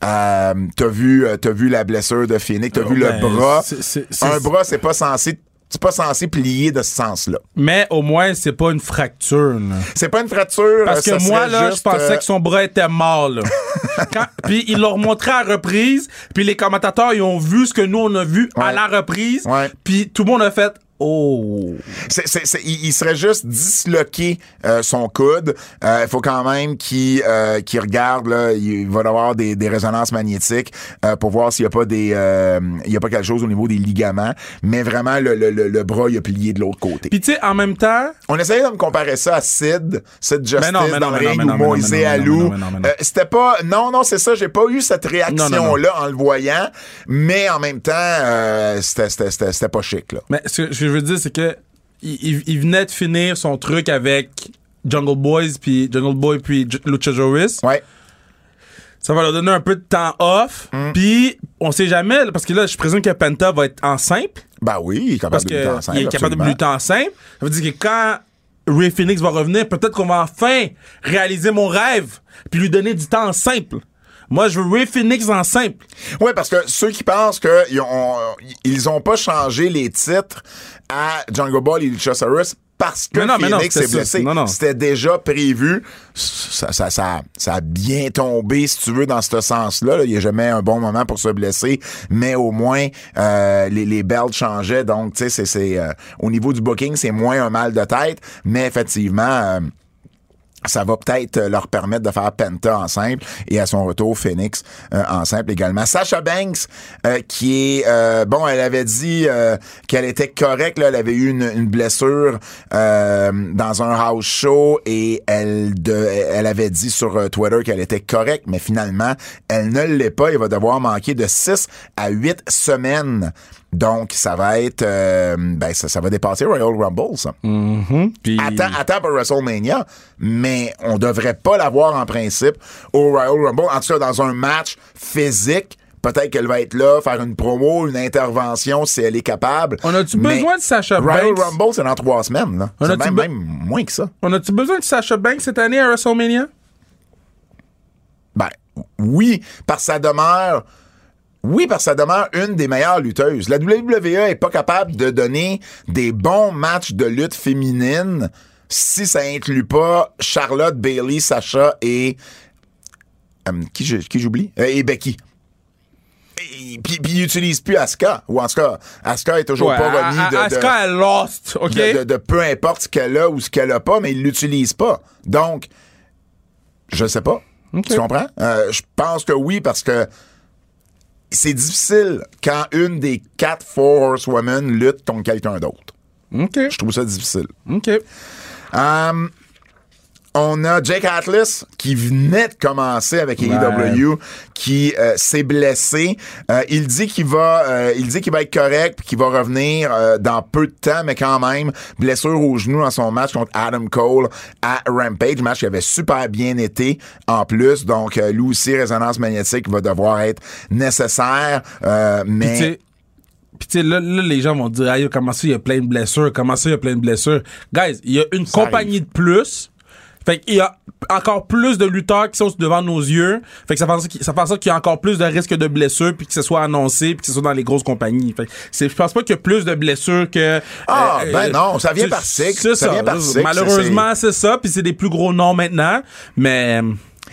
Speaker 2: Hum, t'as vu, euh, t'as vu la blessure de Phoenix, t'as vu le
Speaker 3: ben,
Speaker 2: bras.
Speaker 3: c'est- c'est- c'est-
Speaker 2: Un bras, c'est pas censé, c'est pas censé plier de ce sens-là.
Speaker 3: Mais au moins, c'est pas une fracture. là.
Speaker 2: C'est pas une fracture.
Speaker 3: Parce
Speaker 2: euh, ça
Speaker 3: que moi,
Speaker 2: serait
Speaker 3: là, je
Speaker 2: juste,
Speaker 3: pensais
Speaker 2: euh,
Speaker 3: que son bras était mort, là. Quand- puis ils l'ont remontré à la reprise, puis les commentateurs, ils ont vu ce que nous, on a vu à
Speaker 2: Ouais.
Speaker 3: la reprise,
Speaker 2: Ouais.
Speaker 3: puis tout le monde a fait « Oh!
Speaker 2: C'est- c'est- c'est- il, il serait juste disloqué euh, son coude. Euh, Il faut quand même qu'il euh, qu'il regarde. Là, il va avoir des, des résonances magnétiques euh, pour voir s'il n'y a pas des, euh, il y a pas quelque chose au niveau des ligaments. Mais vraiment, le, le, le, le bras il a plié de l'autre côté. »
Speaker 3: Puis tu sais, en même temps,
Speaker 2: On essayait de me comparer ça à Sid, Sid Justice
Speaker 3: Mais non, mais non,
Speaker 2: dans
Speaker 3: mais
Speaker 2: le
Speaker 3: non,
Speaker 2: ring
Speaker 3: mais
Speaker 2: ou
Speaker 3: non, mais non,
Speaker 2: Moïse
Speaker 3: mais non, mais non,
Speaker 2: Alou.
Speaker 3: mais non, mais non.
Speaker 2: Euh, C'était pas, non, non, c'est ça, j'ai pas eu cette
Speaker 3: Non, non,
Speaker 2: réaction-là en le voyant, mais en même temps, euh, c'était- c'était c'était- c'était pas chic, là.
Speaker 3: mais ce que je veux dire, c'est que il, il- il venait de finir son truc avec Jungle Boys, puis Jungle Boy, puis J- Luchasaurus.
Speaker 2: Ouais.
Speaker 3: Ça va leur donner un peu de temps off,
Speaker 2: Mm.
Speaker 3: puis on sait jamais, là, parce que là, je présume que Penta va être en simple.
Speaker 2: Ben oui, il est capable
Speaker 3: parce
Speaker 2: de
Speaker 3: qu'il
Speaker 2: lutter ensemble,
Speaker 3: est capable de
Speaker 2: absolument.
Speaker 3: lutter en simple. Ça veut dire que quand Ray Phoenix va revenir, peut-être qu'on va enfin réaliser mon rêve puis lui donner du temps en simple. Moi, je veux Ray Phoenix en simple.
Speaker 2: Oui, parce que ceux qui pensent qu'ils ont, ils ont pas changé les titres à Jungle Ball et Luchasaurus parce que
Speaker 3: Mais non, mais non,
Speaker 2: Phoenix
Speaker 3: c'était
Speaker 2: s'est
Speaker 3: ça.
Speaker 2: blessé.
Speaker 3: Non, non.
Speaker 2: C'était déjà prévu. Ça, ça, ça, ça a bien tombé, si tu veux, dans ce sens-là. là. Il n'y a jamais un bon moment pour se blesser, mais au moins, euh, les, les belts changeaient. Donc, tu sais, c'est- c'est, euh, au niveau du booking, c'est moins un mal de tête, mais effectivement... euh, ça va peut-être euh, leur permettre de faire Penta en simple et à son retour Phoenix euh, en simple également. Sasha Banks euh, qui est euh, bon, elle avait dit euh, qu'elle était correcte, là, elle avait eu une, une blessure euh, dans un house show et elle de, elle avait dit sur euh, Twitter qu'elle était correcte, mais finalement elle ne l'est pas. Il va devoir manquer de 6 à 8 semaines. Donc ça va être euh, ben ça, ça va dépasser Royal Rumble ça.
Speaker 3: Puis-
Speaker 2: Attends, attends pour WrestleMania, mais on devrait pas l'avoir en principe au Royal Rumble. En tout cas, dans un match physique, peut-être qu'elle va être là, faire une promo, une intervention si elle est capable.
Speaker 3: On a-tu
Speaker 2: Mais
Speaker 3: besoin de Sasha
Speaker 2: Royal
Speaker 3: Banks?
Speaker 2: Rumble, c'est dans trois semaines. là.
Speaker 3: On
Speaker 2: C'est
Speaker 3: a-tu
Speaker 2: même,
Speaker 3: be-
Speaker 2: même moins que ça.
Speaker 3: On a-tu besoin de Sasha Banks cette année à WrestleMania?
Speaker 2: Ben, oui, parce que ça demeure. Oui, parce que ça demeure une des meilleures lutteuses. La WWE est pas capable de donner des bons matchs de lutte féminine si ça inclut pas Charlotte, Bailey, Sacha et euh, qui je- qui j'oublie Euh, et Becky. Et- Puis, puis ils utilisent plus Asuka. Ou en tout cas, Asuka est toujours
Speaker 3: Ouais,
Speaker 2: pas
Speaker 3: à-
Speaker 2: remis
Speaker 3: à-
Speaker 2: de- de,
Speaker 3: Asuka a lost, OK?
Speaker 2: de, de- de peu importe ce qu'elle a ou ce qu'elle a pas, mais ils l'utilisent pas. Donc, je sais pas. Tu comprends? Euh, je pense que oui, parce que c'est difficile quand une des quatre Four Horsewomen lutte contre quelqu'un d'autre.
Speaker 3: OK,
Speaker 2: Je trouve ça difficile.
Speaker 3: OK.
Speaker 2: Hum, on a Jake Atlas qui venait de commencer avec AEW, qui euh, s'est blessé. Euh, il dit qu'il va, euh, il dit qu'il va être correct, puis qu'il va revenir euh, dans peu de temps, mais quand même blessure au genou dans son match contre Adam Cole à Rampage, match qui avait super bien été en plus. Donc euh, lui aussi résonance magnétique va devoir être nécessaire, euh,
Speaker 3: Puis, tu
Speaker 2: mais
Speaker 3: sais, puis tu sais, là, là, les gens vont dire, aïe, comment ça, il y a plein de blessures, comment ça, il y a plein de blessures. Guys, il y a une compagnie de plus. Fait qu'il y a encore plus de lutteurs qui sont devant nos yeux. Fait que ça fait en sorte qu'il- ça fait en sorte qu'il y a encore plus de risques de blessures, puis que ce soit annoncé, puis que ce soit dans les grosses compagnies. Fait que c'est- je pense pas qu'il y a plus de blessures que... euh,
Speaker 2: Ah, ben non, ça vient
Speaker 3: tu-
Speaker 2: par cycle,
Speaker 3: C'est
Speaker 2: ça
Speaker 3: ça.
Speaker 2: vient par cycle,
Speaker 3: Malheureusement, c'est ça, puis c'est des plus gros noms maintenant, mais...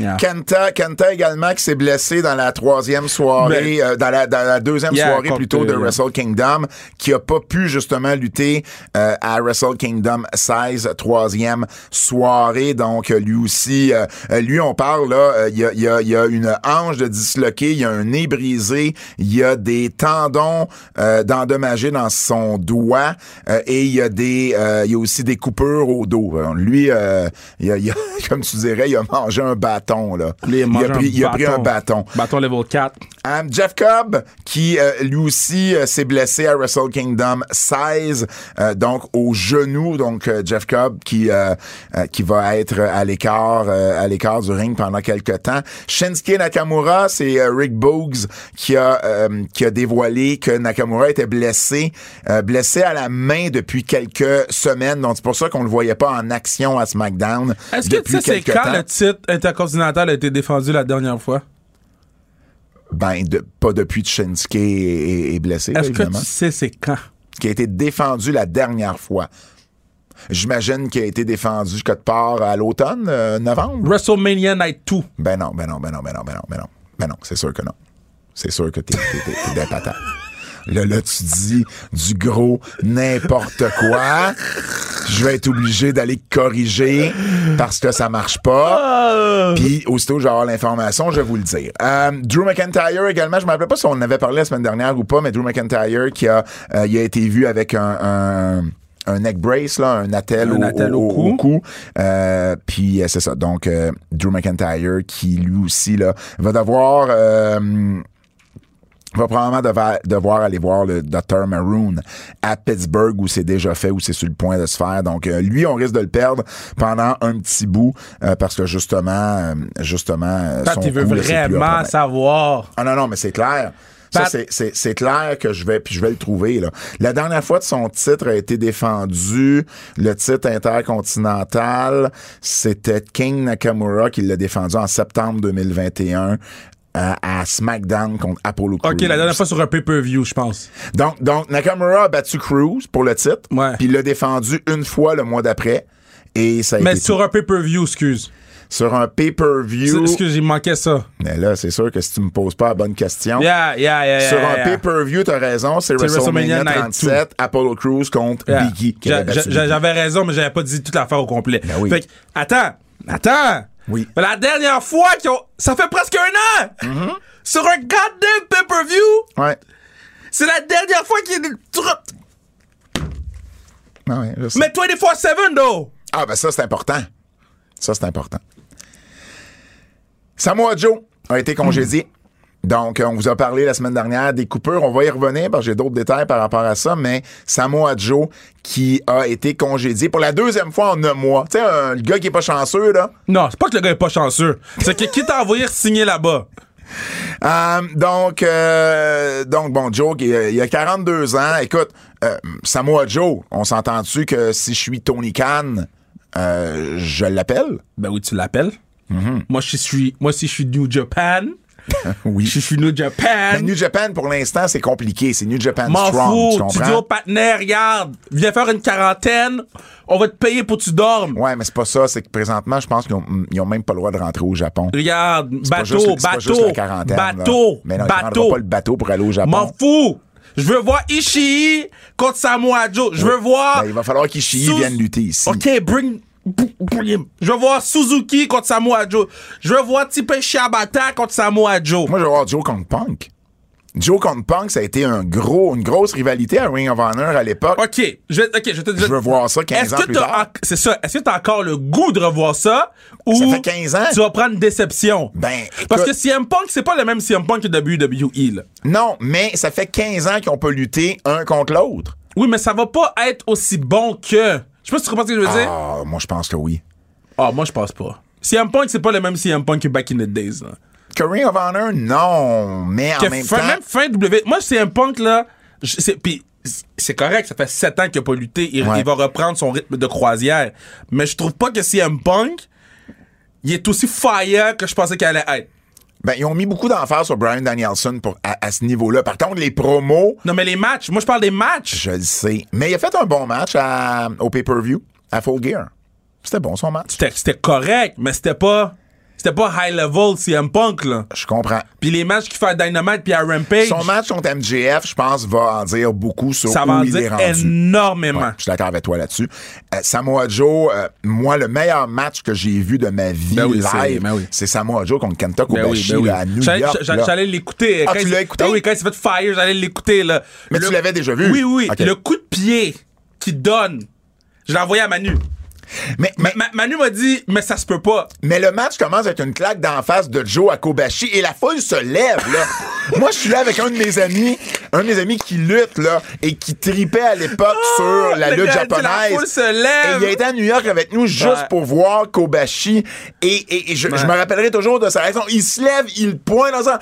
Speaker 3: yeah.
Speaker 2: Kenta, Kenta également qui s'est blessé dans la
Speaker 3: Ben,
Speaker 2: troisième soirée, euh, dans, la, dans la deuxième
Speaker 3: Yeah,
Speaker 2: soirée
Speaker 3: contre,
Speaker 2: plutôt de
Speaker 3: euh,
Speaker 2: Wrestle Kingdom, qui a pas pu justement lutter euh, à Wrestle Kingdom 16, troisième soirée. Donc euh, lui aussi, euh, euh, lui on parle là, euh, il y, a, il y a- il y a une hanche de disloquée, il y a un nez brisé, il y a des tendons euh, d'endommagés dans son doigt euh, et il y a des, euh, il y a aussi des coupures au dos. Alors, lui, euh, il a- il a- comme tu dirais, il a mangé un bâton là.
Speaker 3: Les
Speaker 2: il, a
Speaker 3: mangeurs
Speaker 2: pris, il a pris un bâton.
Speaker 3: Bâton level 4.
Speaker 2: Euh, Jeff Cobb, qui euh, lui aussi euh, s'est blessé à Wrestle Kingdom 16, euh, donc au genou. Donc euh, Jeff Cobb qui euh, euh, qui va être à l'écart euh, à l'écart du ring pendant quelques temps. Shinsuke Nakamura, c'est euh, Rick Boogs qui a euh, qui a dévoilé que Nakamura était blessé euh, blessé à la main depuis quelques semaines. Donc c'est pour ça qu'on le voyait pas en action à SmackDown
Speaker 3: Est-ce que tu
Speaker 2: depuis
Speaker 3: sais c'est
Speaker 2: quelques
Speaker 3: quand
Speaker 2: temps.
Speaker 3: le titre intercontinental a été défendu la dernière fois?
Speaker 2: Ben de- pas depuis que Shinsuke est, est- est blessé. là,
Speaker 3: Est-ce que
Speaker 2: évidemment.
Speaker 3: tu sais c'est quand?
Speaker 2: qui a été défendu la dernière fois. J'imagine qu'il a été défendu quelque part à l'automne, euh, novembre.
Speaker 3: WrestleMania Night 2.
Speaker 2: Ben non, ben non, ben non, ben non, ben non, ben non. Ben non, c'est sûr que non. C'est sûr que t'es, t'es, t'es- t'es des patates. Là, là, tu dis du gros n'importe quoi. Je vais être obligé d'aller corriger parce que ça marche pas.
Speaker 3: Ah!
Speaker 2: Puis aussitôt que je vais avoir l'information, je vais vous le dire. Euh, Drew McIntyre également, je me rappelle pas si on en avait parlé la semaine dernière ou pas, mais Drew McIntyre qui a, euh, il a été vu avec un, un, un neck brace, là, un attel,
Speaker 3: Un
Speaker 2: au,
Speaker 3: attel
Speaker 2: au-
Speaker 3: au cou.
Speaker 2: Euh, puis euh, c'est ça. Donc euh, Drew McIntyre qui lui aussi là, va devoir euh, va probablement deva- devoir aller voir le Dr. Maroon à Pittsburgh où c'est déjà fait, où c'est sur le point de se faire. Donc, euh, lui, on risque de le perdre pendant un petit bout euh, parce que justement, euh, justement, euh,
Speaker 3: Pat,
Speaker 2: son
Speaker 3: il veut
Speaker 2: coup, là, c'est plus à
Speaker 3: vraiment
Speaker 2: promettre.
Speaker 3: savoir.
Speaker 2: Ah non, non, mais c'est clair. Ça,
Speaker 3: Pat-
Speaker 2: c'est- c'est c'est clair que je vais, puis je vais le trouver. Là. La dernière fois que son titre a été défendu, le titre intercontinental, c'était King Nakamura qui l'a défendu en septembre 2021 euh, à SmackDown contre Apollo Crews.
Speaker 3: Ok, la dernière fois sur un pay-per-view, je pense.
Speaker 2: Donc, donc, Nakamura a battu Cruz pour le titre,
Speaker 3: Ouais.
Speaker 2: puis l'a défendu une fois le mois d'après. Et ça a
Speaker 3: Mais
Speaker 2: été
Speaker 3: sur
Speaker 2: tout.
Speaker 3: un pay-per-view, excuse.
Speaker 2: Sur un pay-per-view.
Speaker 3: Excuse, il manquait ça.
Speaker 2: Mais là, c'est sûr que si tu me poses pas la bonne question.
Speaker 3: Yeah, yeah, yeah.
Speaker 2: Sur
Speaker 3: yeah,
Speaker 2: un
Speaker 3: yeah.
Speaker 2: pay-per-view, t'as raison, c'est
Speaker 3: C'est WrestleMania
Speaker 2: WrestleMania
Speaker 3: Night
Speaker 2: 37, Apollo Crews contre
Speaker 3: Yeah.
Speaker 2: Biggie. qui
Speaker 3: J'a-
Speaker 2: avait battu
Speaker 3: j'a-
Speaker 2: Biggie.
Speaker 3: J'avais raison, mais j'avais pas dit toute l'affaire au complet.
Speaker 2: Ben oui.
Speaker 3: Fait que, attends, attends.
Speaker 2: Oui.
Speaker 3: La dernière fois qu'ils ont. Ça fait presque un an!
Speaker 2: Mm-hmm.
Speaker 3: Sur un goddamn pay-per-view!
Speaker 2: Ouais.
Speaker 3: C'est la dernière fois qu'il est.
Speaker 2: Ah ouais, je sais.
Speaker 3: Mais 24-7, though!
Speaker 2: Ah, ben ça, c'est important. Ça, c'est important. Samoa Joe a été congédié. Donc, euh, on vous a parlé la semaine dernière des coupures. On va y revenir parce que j'ai d'autres détails par rapport à ça. Mais Samoa Joe qui a été congédié pour la deuxième fois en un mois. Tu sais, un- le gars qui est pas chanceux, là.
Speaker 3: Non, c'est pas que le gars est pas chanceux. C'est que qui t'a envoyé signer là-bas?
Speaker 2: Euh, donc, euh, donc, bon, Joe, qui, euh, il a 42 ans. Écoute, euh, Samoa Joe, on s'entend-tu que si je suis Tony Khan, euh, je l'appelle?
Speaker 3: Ben oui, tu l'appelles. Moi, je suis, moi, si je suis New Japan,
Speaker 2: Mm-hmm. Oui.
Speaker 3: si je suis New Japan,
Speaker 2: Mais Ben, New Japan, pour l'instant, c'est compliqué. C'est New Japan
Speaker 3: m'en
Speaker 2: Strong,
Speaker 3: fous.
Speaker 2: tu
Speaker 3: Tu dis au
Speaker 2: comprends?
Speaker 3: partenaire, regarde, viens faire une quarantaine, on va te payer pour que tu dormes.
Speaker 2: Ouais, mais c'est pas ça. C'est que présentement, je pense qu'ils ont, ils ont même pas le droit de rentrer au Japon.
Speaker 3: Regarde,
Speaker 2: C'est pas juste-
Speaker 3: bateau,
Speaker 2: c'est pas juste
Speaker 3: bateau,
Speaker 2: la quarantaine, là.
Speaker 3: bateau,
Speaker 2: Mais non, ils prendront
Speaker 3: bateau.
Speaker 2: pas le bateau pour aller au
Speaker 3: M'en
Speaker 2: Japon.
Speaker 3: fous. Je veux voir Ishii contre Samoa Joe. Je veux voir.
Speaker 2: Ben, il va falloir qu'Ishii
Speaker 3: Suz-
Speaker 2: vienne lutter ici.
Speaker 3: OK, bring. bring him. Je veux voir Suzuki contre Samoa Joe. Je veux voir Tipe Shabata contre Samoa Joe.
Speaker 2: Moi, je vais voir Joe contre Punk. Joe contre Punk, ça a été un gros, une grosse rivalité à Ring of Honor à l'époque.
Speaker 3: OK, je, vais- ok, je, te,
Speaker 2: Je veux voir ça 15
Speaker 3: Est-ce
Speaker 2: ans
Speaker 3: que
Speaker 2: plus
Speaker 3: t'as
Speaker 2: tard.
Speaker 3: en- C'est ça. Est-ce que t'as encore le goût de revoir ça? Ou
Speaker 2: Ça fait 15 ans.
Speaker 3: Tu vas prendre une déception.
Speaker 2: Ben,
Speaker 3: Parce que
Speaker 2: écoute-
Speaker 3: CM Punk, c'est pas le même CM Punk que WWE. Là.
Speaker 2: Non, mais ça fait 15 ans qu'on peut lutter un contre l'autre.
Speaker 3: Oui, mais ça va pas être aussi bon que. Je sais pas si tu comprends ce que je veux dire.
Speaker 2: Ah, moi, je pense que oui.
Speaker 3: Ah, moi, je pense pas. CM Punk, c'est pas le même CM Punk que back in the days. Là.
Speaker 2: Que Ring of Honor, non, mais en
Speaker 3: Que
Speaker 2: même
Speaker 3: fin-
Speaker 2: temps...
Speaker 3: même fin W. Moi, CM Punk, là, je- c'est, puis c'est correct, ça fait 7 ans qu'il a pas lutté. Il,
Speaker 2: Ouais.
Speaker 3: il va reprendre son rythme de croisière. Mais je trouve pas que CM Punk, il est aussi fire que je pensais qu'il allait être.
Speaker 2: Ben, ils ont mis beaucoup d'enfer sur Brian Danielson pour, à, à ce niveau-là. Par contre, les promos,
Speaker 3: Non, mais les matchs, moi, je parle des matchs.
Speaker 2: je le sais. Mais il a fait un bon match à- au pay-per-view, à Full Gear. C'était bon son match.
Speaker 3: C'était, c'était correct, mais c'était pas. C'était pas high level CM Punk, là.
Speaker 2: Je comprends.
Speaker 3: Puis les matchs qu'il fait à Dynamite puis à Rampage,
Speaker 2: Son match contre MJF, je pense, va en dire beaucoup sur
Speaker 3: ça
Speaker 2: où
Speaker 3: va en
Speaker 2: il est
Speaker 3: dire
Speaker 2: rendu.
Speaker 3: énormément.
Speaker 2: Ouais, je suis d'accord avec toi là-dessus. Euh, Samoa Joe, euh, moi, le meilleur match que j'ai vu de ma vie
Speaker 3: Ben oui, c'est-
Speaker 2: live,
Speaker 3: ben oui.
Speaker 2: c'est Samoa Joe contre Kenta
Speaker 3: Ben oui,
Speaker 2: Kobashi
Speaker 3: ben oui.
Speaker 2: là, à New
Speaker 3: J'allais-
Speaker 2: York.
Speaker 3: j'a-
Speaker 2: là.
Speaker 3: J'allais l'écouter.
Speaker 2: Ah,
Speaker 3: Quand
Speaker 2: tu
Speaker 3: il-
Speaker 2: l'as écouté?
Speaker 3: Ah oui, quand il s'est fait fire, j'allais l'écouter. Là.
Speaker 2: Mais tu l'avais déjà vu?
Speaker 3: Oui, oui.
Speaker 2: Ok.
Speaker 3: Le coup de pied qu'il donne, je l'ai envoyé à Manu.
Speaker 2: Mais- mais,
Speaker 3: Ma- Manu m'a dit, mais ça se peut pas.
Speaker 2: Mais le match commence avec une claque d'en face de Joe à Kobashi et la foule se lève, là. Moi, je suis là avec un de mes amis, un de mes amis qui lutte, là, et qui tripait à l'époque sur la
Speaker 3: le
Speaker 2: lutte
Speaker 3: gars a Oh, dit,
Speaker 2: japonaise.
Speaker 3: La foule se lève.
Speaker 2: Et il a été à New York avec nous juste
Speaker 3: Ouais.
Speaker 2: pour voir Kobashi. Et, et- et je, je me rappellerai toujours de sa réaction. Il se lève, il pointe dans un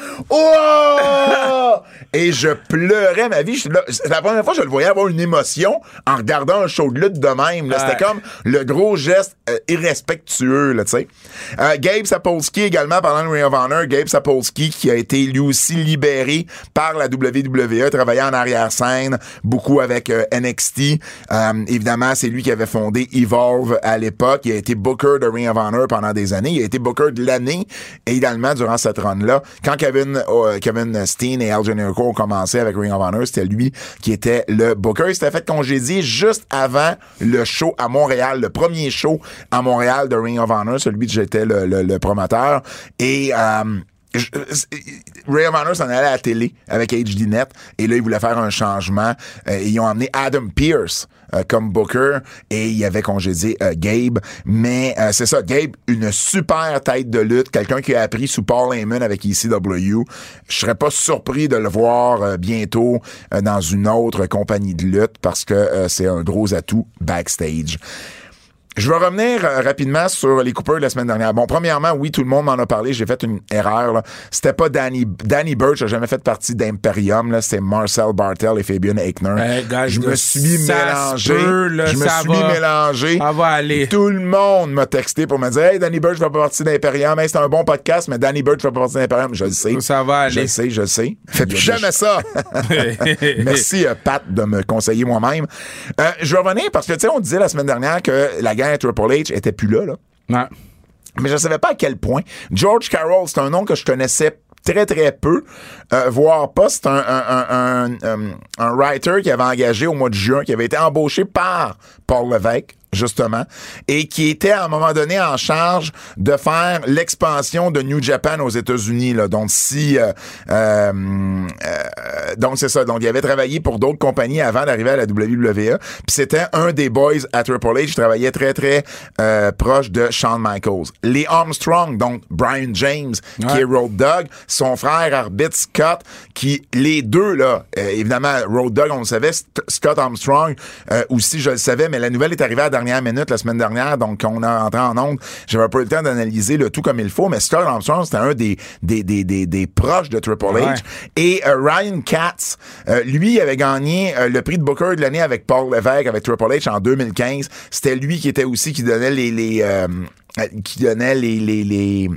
Speaker 2: Oh! et je pleurais ma vie. Je suis là- C'est la première fois que je le voyais avoir une émotion en regardant un show de lutte de même. là. C'était
Speaker 3: Ouais.
Speaker 2: comme le gros geste euh, irrespectueux, là, tu sais. Euh, Gabe Sapolsky également, pendant le Ring of Honor, Gabe Sapolsky qui a été lui aussi libéré par la WWE, travaillant en arrière-scène, beaucoup avec euh, NXT. Euh, évidemment, c'est lui qui avait fondé Evolve à l'époque. Il a été booker de Ring of Honor pendant des années. Il a été booker de l'année et également durant cette run-là. Quand Kevin, euh, Kevin Steen et El Generico ont commencé avec Ring of Honor, c'était lui qui était le booker. Il s'était fait congédier juste avant le show à Montréal, le premier show à Montréal de Ring of Honor, celui que j'étais le, le- le promoteur. Et euh, je- euh, Ring of Honor s'en allait à la télé avec HDNet et là, ils voulaient faire un changement. Euh, ils ont amené Adam Pierce euh, comme booker et il avait congédié euh, Gabe. Mais euh, c'est ça, Gabe, une super tête de lutte, quelqu'un qui a appris sous Paul Heyman avec ECW. Je serais pas surpris de le voir euh, bientôt euh, dans une autre compagnie de lutte parce que euh, c'est un gros atout backstage. Je veux revenir euh, rapidement sur les coupeurs de la semaine dernière. Bon, premièrement, oui, tout le monde m'en a parlé. J'ai fait une erreur. là. C'était pas Danny Danny Birch. A jamais fait partie d'Imperium. là. C'était Marcel Bartel et Fabian Eichner.
Speaker 3: Hey, guys,
Speaker 2: je me
Speaker 3: là,
Speaker 2: suis
Speaker 3: ça
Speaker 2: mélangé.
Speaker 3: se peut, là,
Speaker 2: je me
Speaker 3: ça
Speaker 2: suis
Speaker 3: va.
Speaker 2: mélangé.
Speaker 3: Ça va aller.
Speaker 2: Tout le monde m'a texté pour me dire Hey, Danny Birch fait pas partie d'Imperium. Hey, c'est un bon podcast, mais Danny Birch fait pas partie d'Imperium. Je le sais.
Speaker 3: Ça va
Speaker 2: Je
Speaker 3: aller.
Speaker 2: le sais, je le sais. Fais plus jamais ça. Merci, euh, Pat, de me conseiller moi-même. Euh, je vais revenir parce que, tu sais, on disait la semaine dernière que la guerre Triple H était plus là, là.
Speaker 3: Non.
Speaker 2: Mais je ne savais pas à quel point. George Carroll, c'est un nom que je connaissais très, très peu, euh, voire pas. C'est un, un- un- un- un- un writer qui avait engagé au mois de juin, qui avait été embauché par Paul Levesque, justement, et qui était à un moment donné en charge de faire l'expansion de New Japan aux États-Unis. là. Donc, si... euh, euh, euh, donc, c'est ça. Donc, il avait travaillé pour d'autres compagnies avant d'arriver à la E. WWE. Puis c'était un des boys à Triple H. Il travaillait très, très euh, proche de Shawn Michaels. Les Armstrong, donc Brian James, qui est Road Dog, son frère Arbit Scott, qui, les deux, là, euh, évidemment, Road Dog, on le savait, St- Scott Armstrong euh, aussi, je le savais, mais la nouvelle est arrivée à la dernière minute la semaine dernière, donc on a rentré en onde. J'avais pas eu le temps d'analyser le tout comme il faut, mais Scott Armstrong, c'était un des, des, des, des, des proches de Triple H.
Speaker 3: Ouais.
Speaker 2: Et euh, Ryan Katz, euh, lui, avait gagné euh, le prix de Booker de l'année avec Paul Levesque, avec Triple H en 2015. C'était lui qui était aussi qui donnait les, les euh, euh, qui donnait les les, les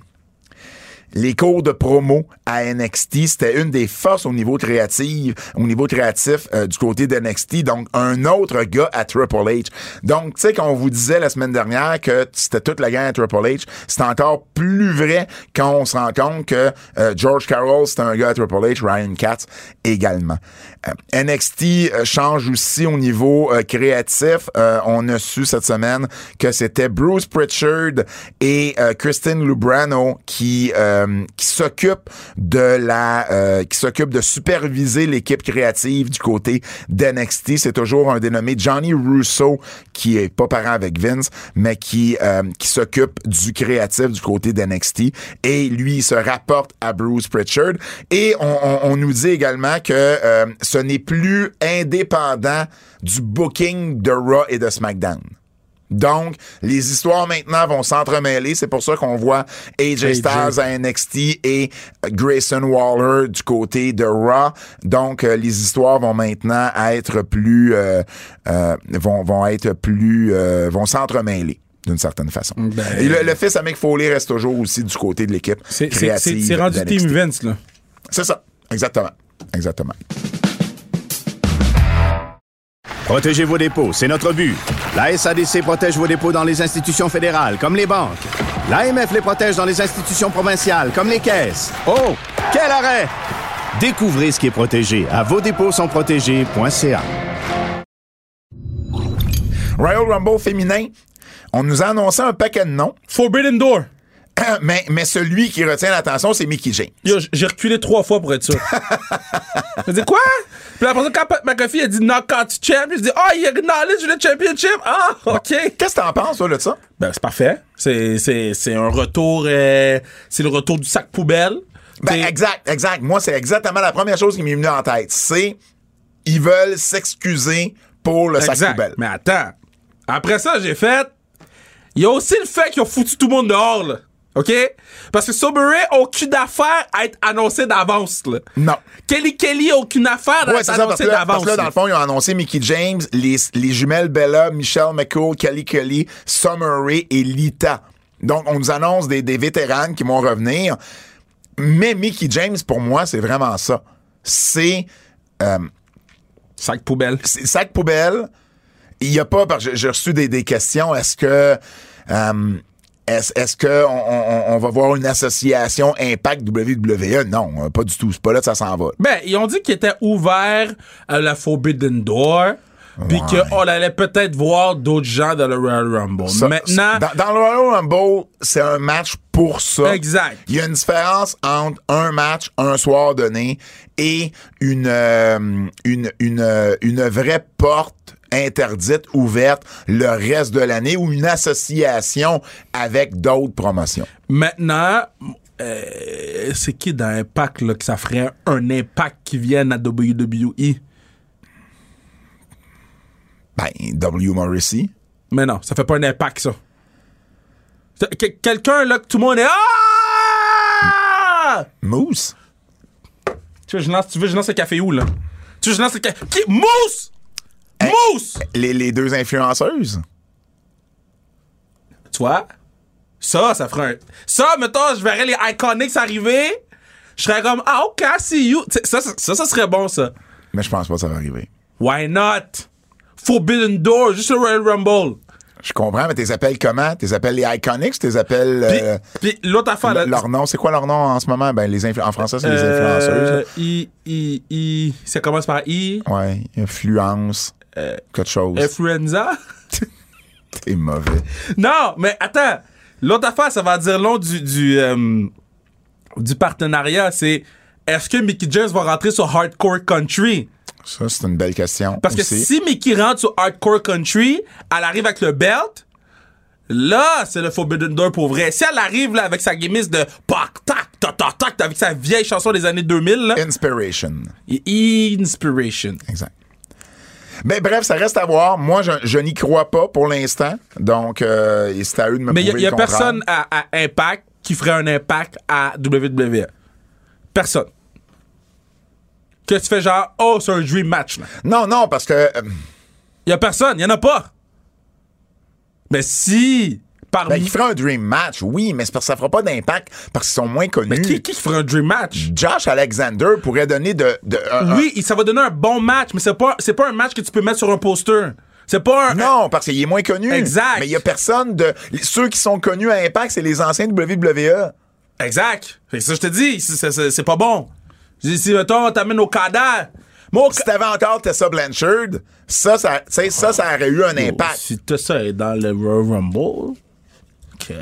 Speaker 2: les cours de promo à NXT, c'était une des forces au niveau créatif, au niveau créatif euh, du côté de NXT. Donc, un autre gars à Triple H. Donc, tu sais, qu'on vous disait la semaine dernière que c'était toute la gang à Triple H, c'est encore plus vrai quand on se rend compte que euh, George Carroll, c'est un gars à Triple H, Ryan Katz également. Euh, NXT euh, change aussi au niveau euh, créatif. Euh, on a su cette semaine que c'était Bruce Pritchard et euh, Christine Lubrano qui euh, qui s'occupent de la euh, qui s'occupe de superviser l'équipe créative du côté d'NXT. C'est toujours un dénommé Johnny Russo qui est pas parent avec Vince, mais qui euh, qui s'occupe du créatif du côté d'NXT et lui il se rapporte à Bruce Pritchard et on, on- on nous dit également que euh, ce n'est plus indépendant du booking de Raw et de SmackDown. Donc, les histoires maintenant vont s'entremêler. C'est pour ça qu'on voit AJ, Styles à NXT et Grayson Waller du côté de Raw. Donc, euh, les histoires vont maintenant être plus, euh, euh, vont, vont être plus, euh, vont s'entremêler d'une certaine façon.
Speaker 3: Ben,
Speaker 2: Et le, le fils à Mick Foley reste toujours aussi du côté de l'équipe
Speaker 3: C'est- C'est c'est-
Speaker 2: créative.
Speaker 3: c'est rendu
Speaker 2: d'NXT.
Speaker 3: Team Vince, là.
Speaker 2: C'est ça, exactement, exactement.
Speaker 4: Protégez vos dépôts, c'est notre but. La SADC protège vos dépôts dans les institutions fédérales, comme les banques. L'AMF les protège dans les institutions provinciales, comme les caisses. Oh, quel arrêt! Découvrez ce qui est protégé à vos dépôts sont protégés.ca.
Speaker 2: Royal Rumble féminin. On nous a annoncé un paquet de noms,
Speaker 3: Forbidden Door.
Speaker 2: mais, mais celui qui retient l'attention, c'est Mickey James.
Speaker 3: Yo, j- j'ai reculé trois fois pour être sûr. j'ai dit quoi? Puis après ça, quand Pat McAfee a dit knockout champ, j'ai dit ah, il acknowledge le championship. Ah, OK.
Speaker 2: Qu'est-ce que t'en penses, toi, là, de ça?
Speaker 3: Ben, c'est parfait. C'est, c'est, c'est un retour. euh, c'est le retour du sac poubelle.
Speaker 2: Ben,
Speaker 3: T'es-
Speaker 2: exact, exact. Moi, c'est exactement la première chose qui m'est venue en tête. C'est, ils veulent s'excuser pour le sac
Speaker 3: Exact.
Speaker 2: poubelle.
Speaker 3: Mais attends. Après ça, j'ai fait. Il y a aussi le fait qu'ils ont foutu tout le monde dehors, là. OK? Parce que Soberay a aucune affaire à être annoncé d'avance, là.
Speaker 2: Non.
Speaker 3: Kelly Kelly a aucune affaire à
Speaker 2: Ouais,
Speaker 3: être
Speaker 2: c'est ça, parce
Speaker 3: annoncée
Speaker 2: que, là, parce
Speaker 3: d'avance.
Speaker 2: que là, dans
Speaker 3: là.
Speaker 2: le fond, ils ont annoncé Mickey James, les, les jumelles Bella, Michelle McCool, Kelly Kelly, Summer Rae et Lita. Donc, on nous annonce des, des vétéranes qui vont revenir. Mais Mickey James, pour moi, c'est vraiment ça. C'est
Speaker 3: Sac poubelle.
Speaker 2: c'est sac poubelle. Il n'y a pas, parce que j'ai reçu des, des questions, est-ce que. euh, est-ce est-ce que on, on- on va voir une association Impact WWE? Non, euh, pas du tout. C'est pas là que ça s'en va.
Speaker 3: Ben, ils ont dit qu'ils étaient ouverts à la Forbidden Door. Puis qu'on allait peut-être voir d'autres gens dans le Royal Rumble.
Speaker 2: Ça,
Speaker 3: Maintenant,
Speaker 2: c'est- dans, dans le Royal Rumble, c'est un match pour ça.
Speaker 3: Exact.
Speaker 2: Il y a une différence entre un match, un soir donné, et une, euh, une, une, euh, une vraie porte interdite, ouverte le reste de l'année ou une association avec d'autres promotions.
Speaker 3: maintenant euh, c'est qui dans Impact là, que ça ferait un impact qui vienne à E? WWE?
Speaker 2: Ben, W. Morrissey.
Speaker 3: Mais non, ça fait pas un impact, ça. C'est- que- Quelqu'un, là, que tout le monde est. Ah!
Speaker 2: Mousse?
Speaker 3: Tu veux, je lance, tu veux, je lance le café où, là? Tu veux, je lance le café. Qui? Mousse! Mousse!
Speaker 2: Les, les deux influenceuses?
Speaker 3: Tu vois? Ça, ça ferait un. Ça, mettons, je verrais les Iconics arriver. Je serais comme, ah, OK, I see you. Tu sais, Ça, ça, ça, ça serait bon, ça.
Speaker 2: Mais je pense pas que ça va arriver.
Speaker 3: Why not? Forbidden Door, juste le Royal Rumble.
Speaker 2: Je comprends, mais t'es appelles comment? T'es appelles les Iconics? T'es appelles...
Speaker 3: Puis,
Speaker 2: euh,
Speaker 3: puis l'autre affaire, là,
Speaker 2: le- leur nom, c'est quoi leur nom en ce moment? Ben, les influ- en français, c'est les
Speaker 3: euh,
Speaker 2: influenceuses.
Speaker 3: I, I, I, ça commence par I.
Speaker 2: Ouais, influence,
Speaker 3: euh,
Speaker 2: quelque chose.
Speaker 3: Influenza?
Speaker 2: T'es mauvais.
Speaker 3: Non, mais attends. L'autre affaire, ça va dire long du, du, euh, du partenariat, c'est est-ce que Mickey James va rentrer sur Hardcore Country?
Speaker 2: Ça, c'est une belle question.
Speaker 3: Parce que
Speaker 2: aussi.
Speaker 3: si Mickey rentre sur Hardcore Country, elle arrive avec le belt, là, c'est le Forbidden Door pour vrai. Si elle arrive là avec sa gimmick de pac tac tac tac tac avec sa vieille chanson des années 2000 là,
Speaker 2: Inspiration.
Speaker 3: Inspiration.
Speaker 2: Exact. Mais bref, ça reste à voir. Moi, je, je n'y crois pas pour l'instant. Donc, euh, et c'est à eux de me
Speaker 3: Mais il
Speaker 2: prouver
Speaker 3: y a,
Speaker 2: le contraire.
Speaker 3: personne à, à Impact qui ferait un impact à WWE. Personne. Que tu fais genre, oh, c'est un dream match. là.
Speaker 2: Non, non, parce que... euh,
Speaker 3: Il y a personne, il y en a pas. Mais si,
Speaker 2: Ben,
Speaker 3: parmi.
Speaker 2: ils feront un dream match, oui, mais c'est parce que ça fera pas d'impact parce qu'ils sont moins connus.
Speaker 3: Mais qui, qui ferait un dream match?
Speaker 2: Josh Alexander pourrait donner de... de un- un-
Speaker 3: Oui, il- ça va donner un bon match, mais c'est pas, c'est pas un match que tu peux mettre sur un poster. C'est pas un.
Speaker 2: Non, parce qu'il est moins connu.
Speaker 3: Exact.
Speaker 2: Mais il y a personne de... les- Ceux qui sont connus à Impact, c'est les anciens E. de WWE.
Speaker 3: Exact. Fait que ça, je te dis, c'est- c'est c'est- c'est pas bon. Je dis, Si, mettons, t'amènes au cadavre. Moi, au
Speaker 2: Si
Speaker 3: ca-
Speaker 2: t'avais encore Tessa Blanchard, ça, ça, tu sais, ça, ça aurait eu un impact.
Speaker 3: Oh, Si t'as ça est dans le Royal Rumble. ok.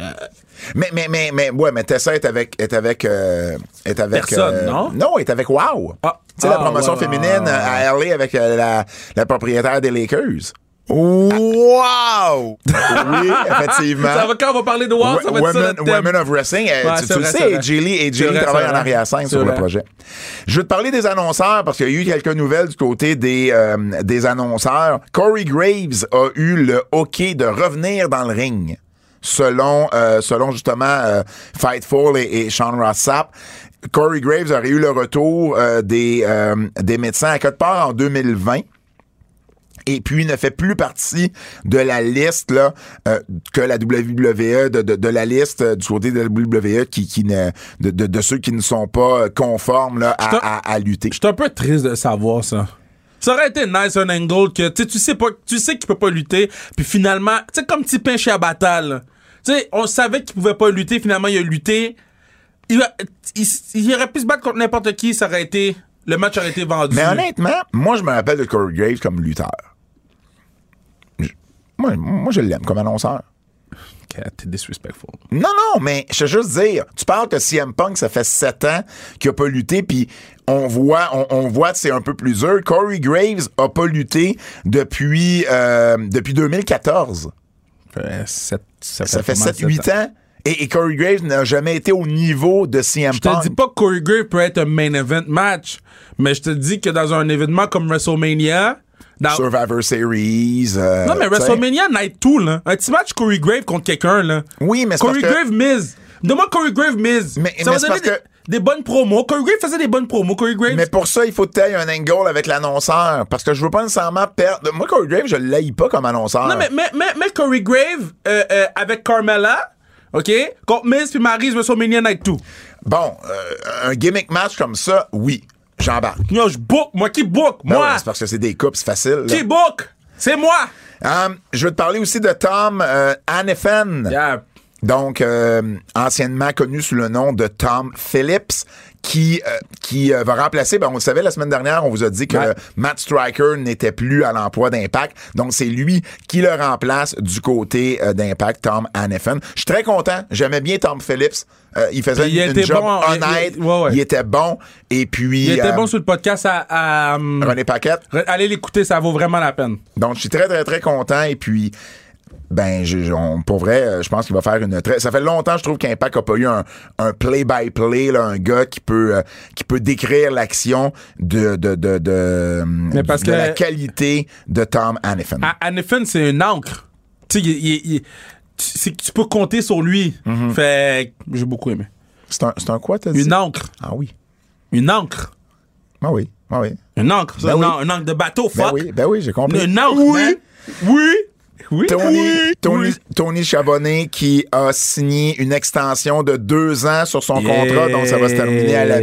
Speaker 2: Mais, mais, mais, mais, ouais, mais Tessa est avec, est avec, euh, est avec. euh,
Speaker 3: Personne, non?
Speaker 2: Non, est avec Wow.
Speaker 3: Ah.
Speaker 2: Tu sais, la
Speaker 3: Ah,
Speaker 2: promotion
Speaker 3: ouais,
Speaker 2: féminine
Speaker 3: ouais,
Speaker 2: euh, à LA avec euh, la, la propriétaire des Lakers. Wow! Oui, effectivement.
Speaker 3: Ça va quand on va parler de Wall, ça va être ça
Speaker 2: Women,
Speaker 3: notre thème.
Speaker 2: Women of Wrestling, euh, tu,
Speaker 3: Ouais, c'est
Speaker 2: tu le
Speaker 3: vrai,
Speaker 2: sais,
Speaker 3: c'est vrai.
Speaker 2: Jilly et
Speaker 3: C'est
Speaker 2: Jilly
Speaker 3: vrai,
Speaker 2: travaillent
Speaker 3: c'est
Speaker 2: en
Speaker 3: vrai.
Speaker 2: arrière-scène
Speaker 3: C'est
Speaker 2: sur le
Speaker 3: vrai.
Speaker 2: projet. Je vais te parler des annonceurs parce qu'il y a eu quelques nouvelles du côté des, euh, des annonceurs. Corey Graves a eu le hockey de revenir dans le ring selon, euh, selon justement euh, Fightful et, et Sean Rossap. Corey Graves aurait eu le retour euh, des, euh, des médecins à quelque part en 2020 et puis ne fait plus partie de la liste là, euh, que la WWE, de, de- de la liste euh, du côté de la WWE qui, qui ne, de, de- de ceux qui ne sont pas euh, conformes là,
Speaker 3: Je te-
Speaker 2: à, à- à lutter.
Speaker 3: J'étais un peu triste de savoir ça. Ça aurait été nice un angle que tu sais, tu sais pas tu sais qu'il peut pas lutter puis finalement tu sais comme petit pain chez Abatal. Tu sais on savait qu'il pouvait pas lutter finalement il a lutté. Il, a- il, il aurait pu se battre contre n'importe qui ça aurait été le match aurait été vendu.
Speaker 2: Mais honnêtement, moi je me rappelle de Corey Graves comme lutteur. Je- moi, moi je l'aime comme annonceur.
Speaker 3: Ok, T'es disrespectful.
Speaker 2: Non, non, mais je veux juste dire, tu parles que CM Punk, ça fait sept ans qu'il a pas lutté, puis on voit, on, on voit que c'est un peu plus dur. Corey Graves a pas lutté depuis, euh, depuis 2014. Ça fait 7-8 ans. Et, et Corey Graves n'a jamais été au niveau de CM
Speaker 3: Je te
Speaker 2: Punk.
Speaker 3: dis pas que Corey Graves peut être un main event match, mais je te dis que dans un événement comme WrestleMania, dans,
Speaker 2: Survivor Series. euh,
Speaker 3: Non, mais
Speaker 2: tu sais.
Speaker 3: WrestleMania Night 2, là. Un petit match Corey Grave contre quelqu'un, là.
Speaker 2: Oui, mais c'est
Speaker 3: Corey
Speaker 2: parce que-
Speaker 3: Grave mise. Demande Corey Grave mise.
Speaker 2: Mais-
Speaker 3: ça
Speaker 2: mais
Speaker 3: va
Speaker 2: c'est
Speaker 3: donner
Speaker 2: parce
Speaker 3: des,
Speaker 2: que-
Speaker 3: des bonnes promos. Corey Grave faisait des bonnes promos. Corey Grave.
Speaker 2: Mais pour ça, il faut tailler un angle avec l'annonceur. Parce que je veux pas nécessairement perdre. Moi, Corey Graves, je ne l'haïs pas comme annonceur.
Speaker 3: Non, mais, mais, mais, mais Corey Grave euh, euh, avec Carmella, OK? Contre Miz puis Maryse WrestleMania Night 2.
Speaker 2: Bon, euh, un gimmick match comme ça, oui, j'embarque.
Speaker 3: Yo, je book. Moi, qui book?
Speaker 2: Ben
Speaker 3: Moi.
Speaker 2: ouais, c'est parce que c'est des coupes, c'est facile. là.
Speaker 3: qui book? C'est moi.
Speaker 2: Euh, je veux te parler aussi de Tom euh, Hanefen.
Speaker 3: Yeah.
Speaker 2: Donc, euh, anciennement connu sous le nom de Tom Phillips, qui, euh, qui euh, va remplacer, ben, on le savait la semaine dernière, on vous a dit que
Speaker 3: Ouais.
Speaker 2: Matt Striker n'était plus à l'emploi d'Impact. Donc, c'est lui qui le remplace du côté euh, d'Impact, Tom Hanefen. Je suis très content. J'aimais bien Tom Phillips. Euh, il faisait
Speaker 3: Il
Speaker 2: une,
Speaker 3: était
Speaker 2: une job
Speaker 3: bon. Il-
Speaker 2: honnête.
Speaker 3: il- ouais, ouais.
Speaker 2: Il était bon. Et puis,
Speaker 3: Il était
Speaker 2: euh,
Speaker 3: bon sur le podcast à. à, euh,
Speaker 2: René Paquette.
Speaker 3: re- Allez l'écouter, ça vaut vraiment la peine.
Speaker 2: Donc, je suis très, très, très content. Et puis, ben, je- je- on- pour vrai, euh, je pense qu'il va faire une très. Ça fait longtemps, je trouve qu'Impact n'a pas eu un, un play-by-play, là, un gars qui peut, euh, qui peut décrire l'action de, de, de, de,
Speaker 3: Mais parce
Speaker 2: de
Speaker 3: que- Ah.
Speaker 2: la qualité de Tom Hannifin.
Speaker 3: À Hannifin, c'est une encre. Tu sais, il- il- il- tu- c'est que tu peux compter sur lui. Fait que j'ai beaucoup aimé.
Speaker 2: C'est un, Mhm. c'est un quoi, t'as dit?
Speaker 3: Une encre.
Speaker 2: Ah oui.
Speaker 3: Une encre.
Speaker 2: Ah oui. Ah oui.
Speaker 3: Une encre. ça,
Speaker 2: Ben
Speaker 3: une,
Speaker 2: oui.
Speaker 3: en- une encre de bateau,
Speaker 2: Ben
Speaker 3: fuck.
Speaker 2: oui, ben oui, j'ai compris.
Speaker 3: Une encre. man. Oui. Oui.
Speaker 2: Tony,
Speaker 3: oui,
Speaker 2: Tony,
Speaker 3: oui.
Speaker 2: Tony Chabonnet qui a signé une extension de deux ans sur son
Speaker 3: Yeah.
Speaker 2: contrat, donc ça va se terminer à la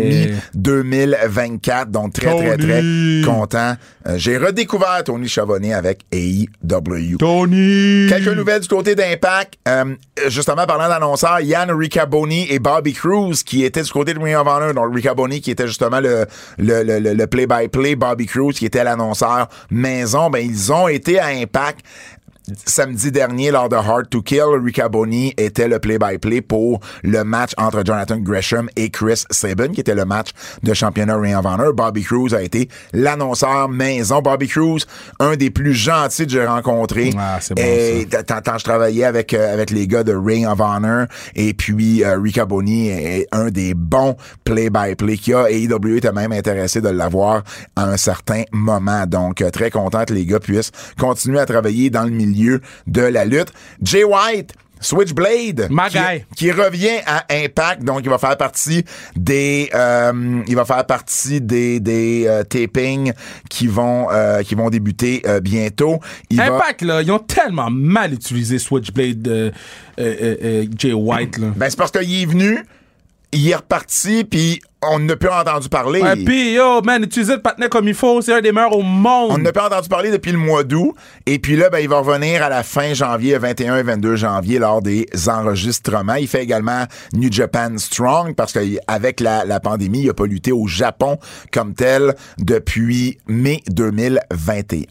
Speaker 2: mi-2024. Donc très, très, très
Speaker 3: Tony.
Speaker 2: content. Euh, J'ai redécouvert Tony Chabonnet avec E AEW.
Speaker 3: Tony.
Speaker 2: Quelques nouvelles du côté d'Impact. Euh, justement, parlant d'annonceurs, Yann Ricaboni et Bobby Cruz qui étaient du côté de Ring of Honor. Donc, Ricaboni qui était justement le le- le- le- le play-by-play, Bobby Cruz qui était l'annonceur maison. Ben, ils ont été à Impact. Samedi dernier, lors de Hard to Kill, Ricaboni était le play-by-play pour le match entre Jonathan Gresham et Chris Sabin, qui était le match de championnat Ring of Honor. Bobby Cruz a été l'annonceur maison. Bobby Cruz, un des plus gentils que j'ai rencontré.
Speaker 3: Ah, c'est bon,
Speaker 2: Et et tant- tant je travaillais avec euh, avec les gars de Ring of Honor et puis euh, Rick Aboni est, est un des bons play-by-play qu'il y a et IW était même intéressé de l'avoir à un certain moment donc euh, très content que les gars puissent continuer à travailler dans le milieu de la lutte Jay White Switchblade
Speaker 3: My
Speaker 2: qui-
Speaker 3: guy.
Speaker 2: qui revient à Impact. Donc, il va faire partie des, euh, il va faire partie des, des euh, tapings qui vont, euh, qui vont débuter euh, bientôt. Il va-
Speaker 3: Impact, là, ils ont tellement mal utilisé Switchblade euh, euh, euh, euh, Jay White, là.
Speaker 2: Ben, c'est parce qu'il est venu, il est reparti, puis on n'a plus entendu parler.
Speaker 3: Ouais, pis yo, man, utilisez le partenaire comme il faut, c'est un des meilleurs au monde.
Speaker 2: on n'a plus entendu parler depuis le mois d'août. Et puis là, ben, il va revenir à la fin janvier, le 21 et 22 janvier, lors des enregistrements. Il fait également New Japan Strong, parce qu'avec la, la pandémie, il a pas lutté au Japon comme tel depuis mai 2021.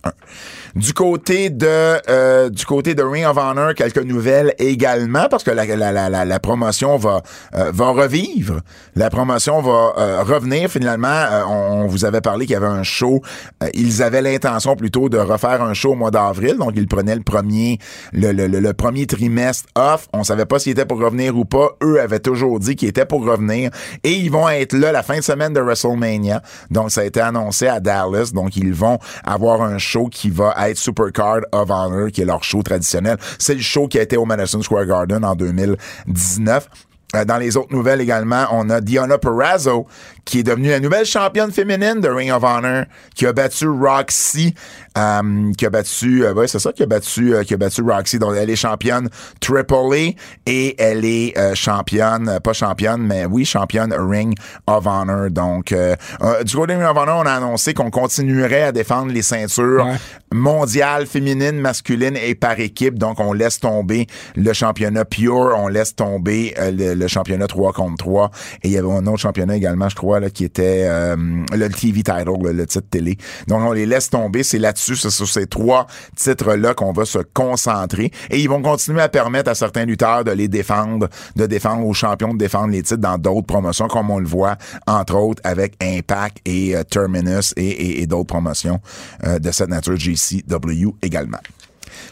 Speaker 2: Du côté de, euh, du côté de Ring of Honor, quelques nouvelles également, parce que la, la- la- la- la promotion va, euh, va revivre. La promotion va euh, revenir finalement. Euh, on, on vous avait parlé qu'il y avait un show. Euh, ils avaient l'intention plutôt de refaire un show au mois d'avril, donc ils prenaient le premier, le, le- le- le premier trimestre off. On savait pas s'ils étaient pour revenir ou pas. Eux avaient toujours dit qu'ils étaient pour revenir et ils vont être là la fin de semaine de WrestleMania. Donc ça a été annoncé à Dallas. Donc ils vont avoir un show qui va être Supercard of Honor, qui est leur show traditionnel. C'est le show qui a été au Madison Square Garden en 2019. Euh, Dans les autres nouvelles également, on a Diana Perrazzo, qui est devenue la nouvelle championne féminine de Ring of Honor, qui a battu Roxy, euh, qui a battu, euh, ouais, c'est ça, qui a battu, euh, qui a battu Roxy. Donc, elle est championne Triple A et elle est euh, championne, euh, pas championne, mais oui, championne Ring of Honor. Donc, euh, euh, du côté de Ring of Honor, on a annoncé qu'on continuerait à défendre les ceintures
Speaker 3: Ouais.
Speaker 2: mondiale féminine, masculine et par équipe. Donc, on laisse tomber le championnat pure, on laisse tomber euh, le, le championnat 3 contre 3. Et il y avait un autre championnat également, je crois, là, qui était euh, le TV title, le, le titre télé. Donc, on les laisse tomber. C'est là-dessus, c'est sur ces trois titres-là qu'on va se concentrer. Et ils vont continuer à permettre à certains lutteurs de les défendre, de défendre aux champions, de défendre les titres dans d'autres promotions, comme on le voit, entre autres, avec Impact et euh, Terminus et, et- et d'autres promotions euh, de cette nature, JCW également.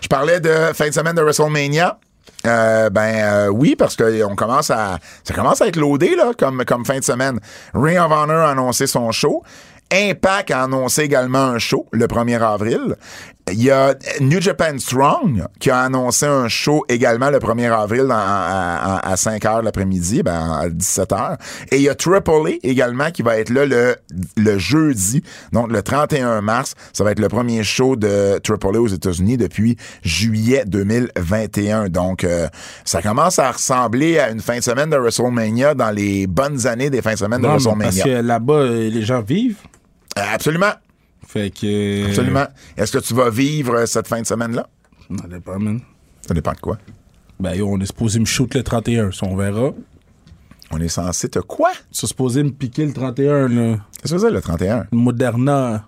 Speaker 2: Je parlais de fin de semaine de WrestleMania. Euh, ben euh, oui, parce que on commence à ça commence à être loadé là, comme, comme fin de semaine. Ring of Honor a annoncé son show. Impact a annoncé également un show le 1er avril. Il y a New Japan Strong qui a annoncé un show également le 1er avril dans- à, à- à 5 h l'après-midi, ben, à 17 h. Et il y a Triple A également qui va être là le, le jeudi, donc le 31 mars. Ça va être le premier show de Triple A aux États-Unis depuis juillet 2021. Donc, euh, ça commence à ressembler à une fin de semaine de WrestleMania dans les bonnes années des fins de semaine de
Speaker 3: Non, mais parce
Speaker 2: WrestleMania.
Speaker 3: que là-bas, euh, les gens vivent.
Speaker 2: Absolument.
Speaker 3: Fait que.
Speaker 2: Absolument. Est-ce que tu vas vivre euh, cette fin de semaine-là?
Speaker 3: Ça dépend, man.
Speaker 2: Ça dépend de quoi.
Speaker 3: Ben yo, on est supposé me shoot le 31, ça on verra.
Speaker 2: On est censé te quoi?
Speaker 3: Ils sont supposés me piquer le 31, là.
Speaker 2: Qu'est-ce que c'est le 31?
Speaker 3: Le Moderna.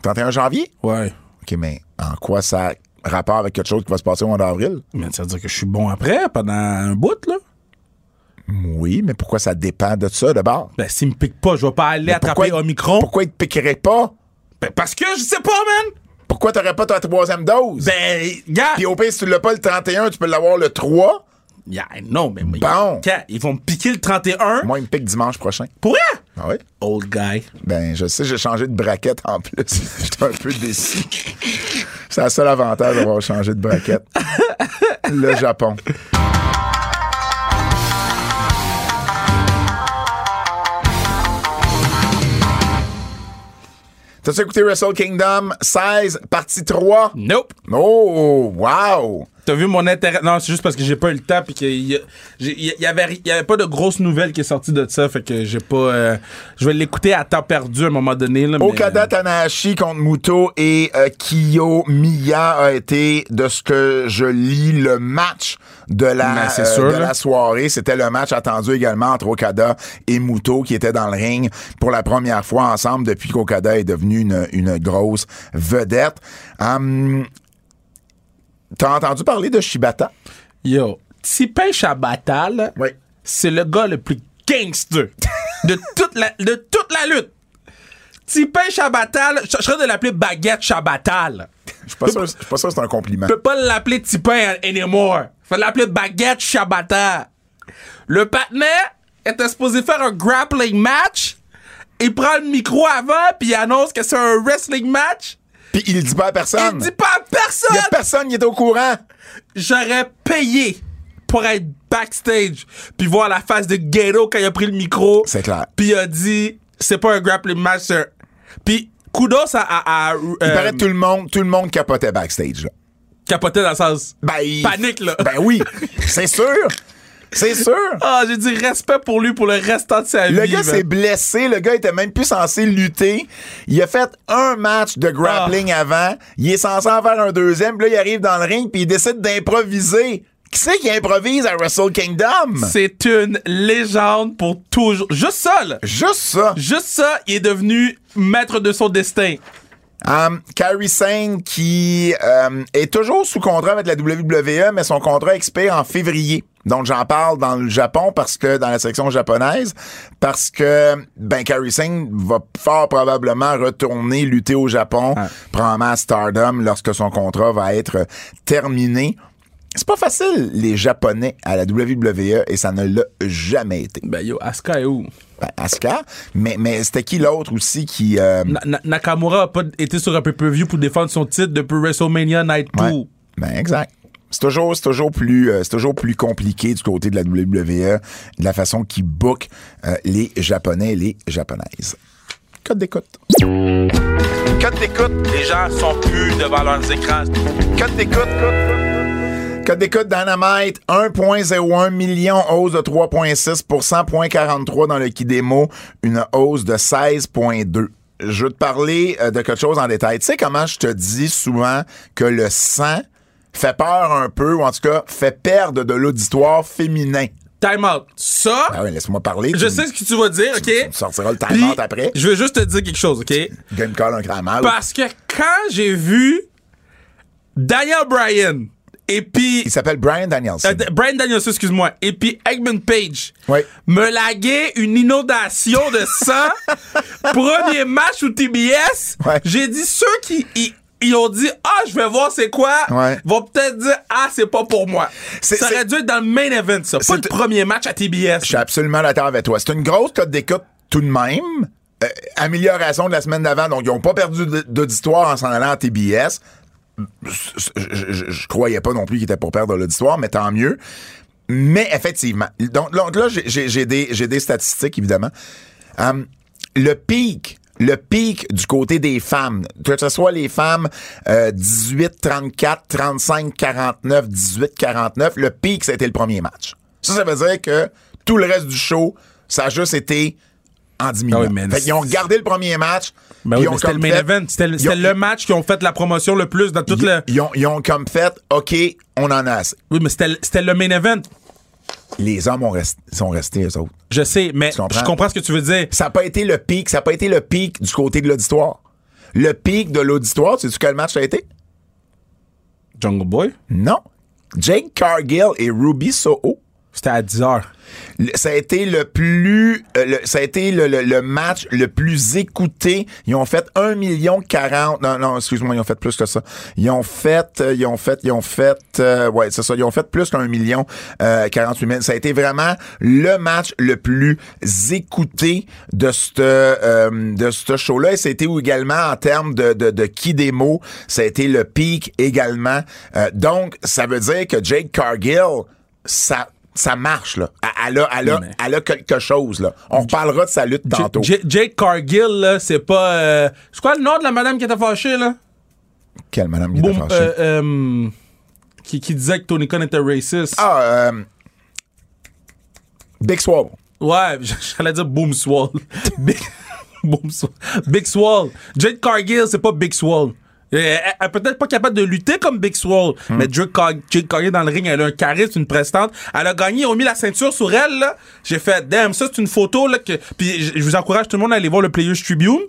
Speaker 2: 31 janvier?
Speaker 3: Ouais.
Speaker 2: OK, mais en quoi ça a rapport avec quelque chose qui va se passer au mois d'avril?
Speaker 3: Mais ça veut dire que je suis bon après, pendant un bout, là.
Speaker 2: Oui, mais pourquoi ça dépend de ça d'abord?
Speaker 3: Ben s'ils me piquent pas, je vais pas aller
Speaker 2: Mais
Speaker 3: attraper
Speaker 2: pourquoi-
Speaker 3: Omicron.
Speaker 2: Pourquoi ils te piqueraient pas?
Speaker 3: Ben, parce que je sais pas, man.
Speaker 2: Pourquoi t'aurais pas ta troisième dose?
Speaker 3: Ben, gars.
Speaker 2: Puis au pire, si tu l'as pas le 31, tu peux l'avoir le 3.
Speaker 3: Yeah, non, mais. mais-
Speaker 2: Bon.
Speaker 3: Quand ils vont me piquer le 31.
Speaker 2: Moi, ils me piquent dimanche prochain.
Speaker 3: Pour rien.
Speaker 2: Ah ouais?
Speaker 3: Old guy.
Speaker 2: Ben, je sais, j'ai changé de braquette en plus. J'étais un peu déçu. C'est le seul avantage d'avoir changé de braquette. le Japon. T'as-tu écouté Wrestle Kingdom 16, partie 3?
Speaker 3: Nope.
Speaker 2: Oh, wow!
Speaker 3: T'as vu mon intérêt? Non, c'est juste parce que j'ai pas eu le temps puis qu'il y, a- j'ai- il y avait ri- il y avait pas de grosse nouvelle qui est sortie de ça, fait que j'ai pas. euh, je vais l'écouter à temps perdu à un moment donné. Là, mais- euh,
Speaker 2: Okada Tanahashi contre Muto et euh, Kiyo Miya a été, de ce que je lis, le match de la,
Speaker 3: Ben, c'est
Speaker 2: euh,
Speaker 3: sûr,
Speaker 2: de
Speaker 3: là.
Speaker 2: la soirée. C'était le match attendu également entre Okada et Muto qui étaient dans le ring pour la première fois ensemble depuis qu'Okada est devenu une, une grosse vedette. Hum, T'as entendu parler de Shibata?
Speaker 3: Yo, Tipin Shabata, là,
Speaker 2: Oui.
Speaker 3: c'est le gars le plus gangster de toute la, de toute la lutte. Tipin Shabata, là, je je serais de l'appeler Baguette Shabata. là.
Speaker 2: Je suis pas sûr- je suis pas sûr que c'est un compliment.
Speaker 3: Je peux pas l'appeler Tipin anymore. Faut l'appeler Baguette Shabata. Le partenaire était supposé faire un grappling match. Il prend le micro avant, puis il annonce que c'est un wrestling match.
Speaker 2: Puis il le dit pas à
Speaker 3: Il
Speaker 2: personne.
Speaker 3: dit pas à
Speaker 2: Il
Speaker 3: personne!
Speaker 2: y a personne qui est au courant.
Speaker 3: J'aurais payé pour être backstage puis voir la face de Ghetto quand il a pris le micro.
Speaker 2: C'est clair.
Speaker 3: Puis il a dit c'est pas un grappling match. c'est un- Puis kudos à, à, à,
Speaker 2: Il
Speaker 3: euh,
Speaker 2: paraît que tout le monde, tout le monde capotait backstage. là.
Speaker 3: capoter dans le sens.
Speaker 2: Ben, il-
Speaker 3: Panique, là.
Speaker 2: Ben oui, c'est sûr. C'est sûr.
Speaker 3: Ah, j'ai dit respect pour lui pour le restant de sa
Speaker 2: Le
Speaker 3: vie.
Speaker 2: gars
Speaker 3: man.
Speaker 2: s'est blessé, le gars était même plus censé lutter. Il a fait un match de grappling
Speaker 3: Ah.
Speaker 2: avant, il est censé en faire un deuxième, puis là il arrive dans le ring puis il décide d'improviser. Qui c'est qui improvise à Wrestle Kingdom
Speaker 3: C'est une légende pour toujours. Juste ça, là.
Speaker 2: Juste ça.
Speaker 3: Juste ça, il est devenu maître de son destin.
Speaker 2: Um, Carrie Sane qui um, est toujours sous contrat avec la WWE, mais son contrat expire en février. Donc j'en parle dans le Japon parce que dans la section japonaise parce que ben Carrie Sane va fort probablement retourner lutter au Japon, probablement à Stardom lorsque son contrat va être terminé. C'est pas facile les Japonais à la WWE et ça ne l'a jamais été.
Speaker 3: Ben yo, Asuka est où?
Speaker 2: Ben, Asuka, mais mais c'était qui l'autre aussi qui euh,
Speaker 3: Na- Na- Nakamura a pas été sur un pay-per-view pour défendre son titre depuis WrestleMania Night 2.
Speaker 2: Ouais. Ben, exact. C'est toujours, c'est toujours plus, euh, c'est toujours plus compliqué du côté de la WWE, de la façon qu'ils bookent euh, les Japonais et les Japonaises. Code d'écoute.
Speaker 3: Quand t'écoutes, les gens sont plus devant leurs écrans.
Speaker 2: Code d'écoute. Code d'écoute Dynamite, 1.01 million, hausse de 3.6 0.43 dans le Kidemo, une hausse de 16.2. Je veux te parler euh, de quelque chose en détail. Tu sais comment je te dis souvent que le sang fait peur un peu, ou en tout cas fait perdre de l'auditoire féminin.
Speaker 3: Time out. Ça,
Speaker 2: Ah oui, laisse-moi parler.
Speaker 3: je
Speaker 2: tu
Speaker 3: sais ce que tu vas dire, OK?
Speaker 2: me sortiras le time
Speaker 3: Puis,
Speaker 2: out après.
Speaker 3: Je veux juste te dire quelque chose, OK?
Speaker 2: me donnes une colle, un cramage.
Speaker 3: Parce que quand j'ai vu Daniel Bryan et puis
Speaker 2: Il s'appelle Brian Danielson.
Speaker 3: Euh, D- Brian Danielson, excuse-moi. Et puis Eggman Page.
Speaker 2: Oui.
Speaker 3: Me laguer une inondation de sang. Premier match ou TBS.
Speaker 2: Ouais.
Speaker 3: J'ai dit ceux qui y- ils ont dit Ah, je vais voir c'est quoi.
Speaker 2: Ouais.
Speaker 3: Vont peut-être dire Ah, c'est pas pour moi.
Speaker 2: C'est-
Speaker 3: Ça
Speaker 2: c'est-
Speaker 3: aurait dû être dans le main event, ça. Pas
Speaker 2: C'est-
Speaker 3: le premier match à TBS.
Speaker 2: Je suis absolument d'accord avec toi. C'est une grosse cote d'écoute tout de même. Euh, amélioration de la semaine d'avant. Donc, ils n'ont pas perdu d- d'auditoire en s'en allant à TBS. Je- Je je- je croyais pas non plus qu'ils étaient pour perdre de l'auditoire, mais tant mieux. Mais effectivement. Donc, donc là, j'ai- j'ai j'ai des, j'ai des statistiques, évidemment. Hum, le pic, le pic du côté des femmes, que ce soit les femmes euh, 18, 34, 35, 49, 18, 49, le pic, ça a été le premier match. Ça, ça veut dire que tout le reste du show, ça a juste été en diminuant.
Speaker 3: Ah oui, mais-
Speaker 2: fait qu'ils ont gardé le premier match.
Speaker 3: Ben
Speaker 2: puis
Speaker 3: oui,
Speaker 2: ils ont
Speaker 3: mais c'était le
Speaker 2: comme
Speaker 3: main
Speaker 2: fait-
Speaker 3: event. C'était le-
Speaker 2: ils ont-
Speaker 3: c'était le match qui ont fait la promotion le plus dans toute le.
Speaker 2: Ils, ils ont, ils ont comme fait, OK, on en a assez.
Speaker 3: Oui, mais c'était le- c'était le main event.
Speaker 2: Les hommes ont rest- sont restés, eux autres.
Speaker 3: Je sais, mais
Speaker 2: Tu comprends?
Speaker 3: je comprends ce que tu veux dire.
Speaker 2: Ça n'a pas été le pic, ça n'a pas été le pic du côté de l'auditoire. Le pic de l'auditoire, sais-tu quel match ça a été?
Speaker 3: Jungle Boy?
Speaker 2: Non. Jake Cargill et Ruby Soho.
Speaker 3: C'était à 10 heures.
Speaker 2: Le- ça a été le plus euh, le- ça a été le, le- le match le plus écouté. Ils ont fait 1 million 40 non non, excuse-moi, ils ont fait plus que ça. Ils ont fait euh, ils ont fait ils ont fait euh, ouais, c'est ça, ils ont fait plus qu'un million euh, 48 000. Ça a été vraiment le match le plus écouté de ce euh, de ce show là et c'était également en termes de de, de qui des mots, ça a été le pic également. Euh, donc ça veut dire que Jake Cargill ça ça marche, là. Elle- Elle a, elle a, elle a quelque chose, là. On reparlera de sa lutte tantôt.
Speaker 3: J- J- Jake Cargill, là, c'est pas. euh, c'est quoi le nom de la madame qui était fâchée, là?
Speaker 2: Quelle madame qui était
Speaker 3: Boom,
Speaker 2: fâchée.
Speaker 3: euh, euh, qui, qui disait que Tony Khan était raciste.
Speaker 2: Ah, euh, Big Swab.
Speaker 3: Ouais, j- j'allais dire Boom Swall. Big, Boom Swall. Big Swall. Jake Cargill, c'est pas Big Swall. Elle, elle- elle est peut-être pas capable de lutter comme Big Swall, mais Jake, Car- Jake Cargill dans le ring, elle a un charisme, une prestante. Elle a gagné, ils ont mis la ceinture sur elle. là. J'ai fait, damn, ça c'est une photo. Là, que... Puis j- je vous encourage tout le monde à aller voir le Players Tribune.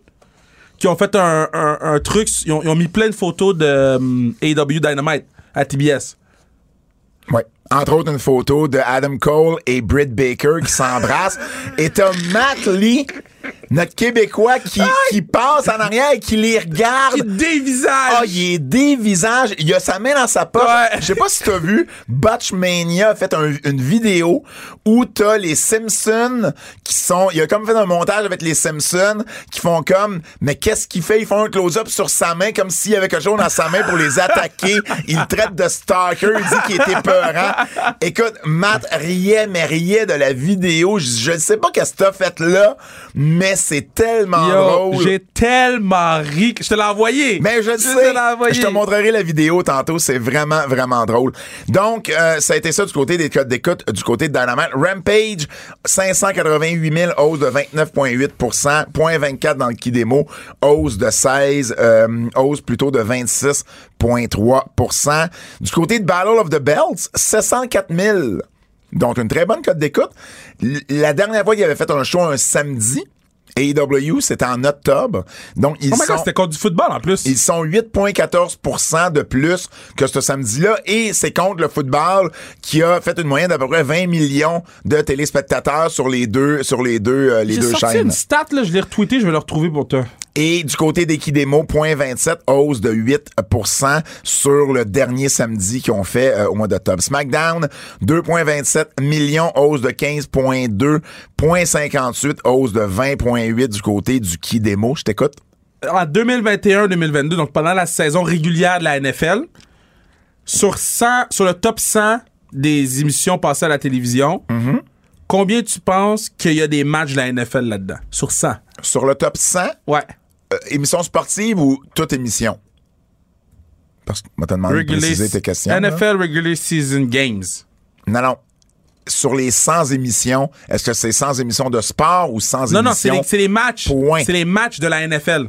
Speaker 3: qui ont fait un, un- un truc, ils ont, ils ont mis plein de photos de hum, AW Dynamite à TBS.
Speaker 2: Ouais. Entre autres, une photo de Adam Cole et Britt Baker qui s'embrassent. et t'as Matt Lee, notre Québécois, qui, qui passe en arrière et qui les regarde.
Speaker 3: Qui dévisage!
Speaker 2: bah. Ah, il est dévisage. Il a sa main dans sa poche.
Speaker 3: Ouais.
Speaker 2: Je sais pas si t'as vu, Botchmania a fait un- une vidéo où t'as les Simpsons qui sont... Il a comme fait un montage avec les Simpsons qui font comme... Mais qu'est-ce qu'il fait? Ils font un close-up sur sa main comme s'il y avait quelque chose dans sa main pour les attaquer. Il le traite de stalker. Il dit qu'il était peurant. Écoute, Matt riait, mais riait de la vidéo. Je, je sais pas qu'est-ce que t'as fait là, mais c'est tellement
Speaker 3: Yo,
Speaker 2: drôle.
Speaker 3: j'ai tellement ri. que Je te l'ai envoyé.
Speaker 2: Mais je le
Speaker 3: te l'ai
Speaker 2: sais.
Speaker 3: envoyé.
Speaker 2: Je te montrerai la vidéo tantôt. C'est vraiment, vraiment drôle. Donc, euh, ça a été ça du côté des codes d'écoute, du côté de Dynamite. Rampage, 588 000, hausse de 29,8 0.24 dans le qui démo, hausse de 16, euh, hausse plutôt de 26,3 Du côté de Battle of the Belts, 704 000. Donc, une très bonne cote d'écoute. L- La dernière fois qu'il avait fait un show un samedi, AEW, c'était en octobre. Donc, ils
Speaker 3: Oh my God,
Speaker 2: sont-
Speaker 3: c'était contre du football en plus.
Speaker 2: ils sont 8,14 de plus que ce samedi-là. Et c'est contre le football qui a fait une moyenne d'à peu près 20 millions de téléspectateurs sur les deux, sur les deux, euh, les
Speaker 3: J'ai
Speaker 2: deux
Speaker 3: sorti
Speaker 2: chaînes.
Speaker 3: une stat, là, je l'ai retweetée, je vais le retrouver pour toi.
Speaker 2: Et du côté des Kidemo, 0.27, hausse de 8 sur le dernier samedi qu'ils ont fait euh, au mois d'octobre. SmackDown, 2.27 millions, hausse de 15.2, 0.58, hausse de 20.8 du côté du Kidemo. Je t'écoute.
Speaker 3: En 2021-2022, donc pendant la saison régulière de la NFL, sur 100, sur le top 100 des émissions passées à la télévision,
Speaker 2: Mm-hmm.
Speaker 3: combien tu penses qu'il y a des matchs de la NFL là-dedans? Sur 100.
Speaker 2: Sur le top 100,
Speaker 3: Ouais.
Speaker 2: Euh, émission sportive ou toute émission? Parce que je vais te demander de préciser tes questions. là.
Speaker 3: NFL Regular Season Games.
Speaker 2: Non, non. Sur les 100 émissions, est-ce que c'est 100 émissions de sport ou 100
Speaker 3: Non, non, c'est
Speaker 2: émissions?
Speaker 3: les, c'est les matchs.
Speaker 2: Point.
Speaker 3: C'est les matchs de la NFL.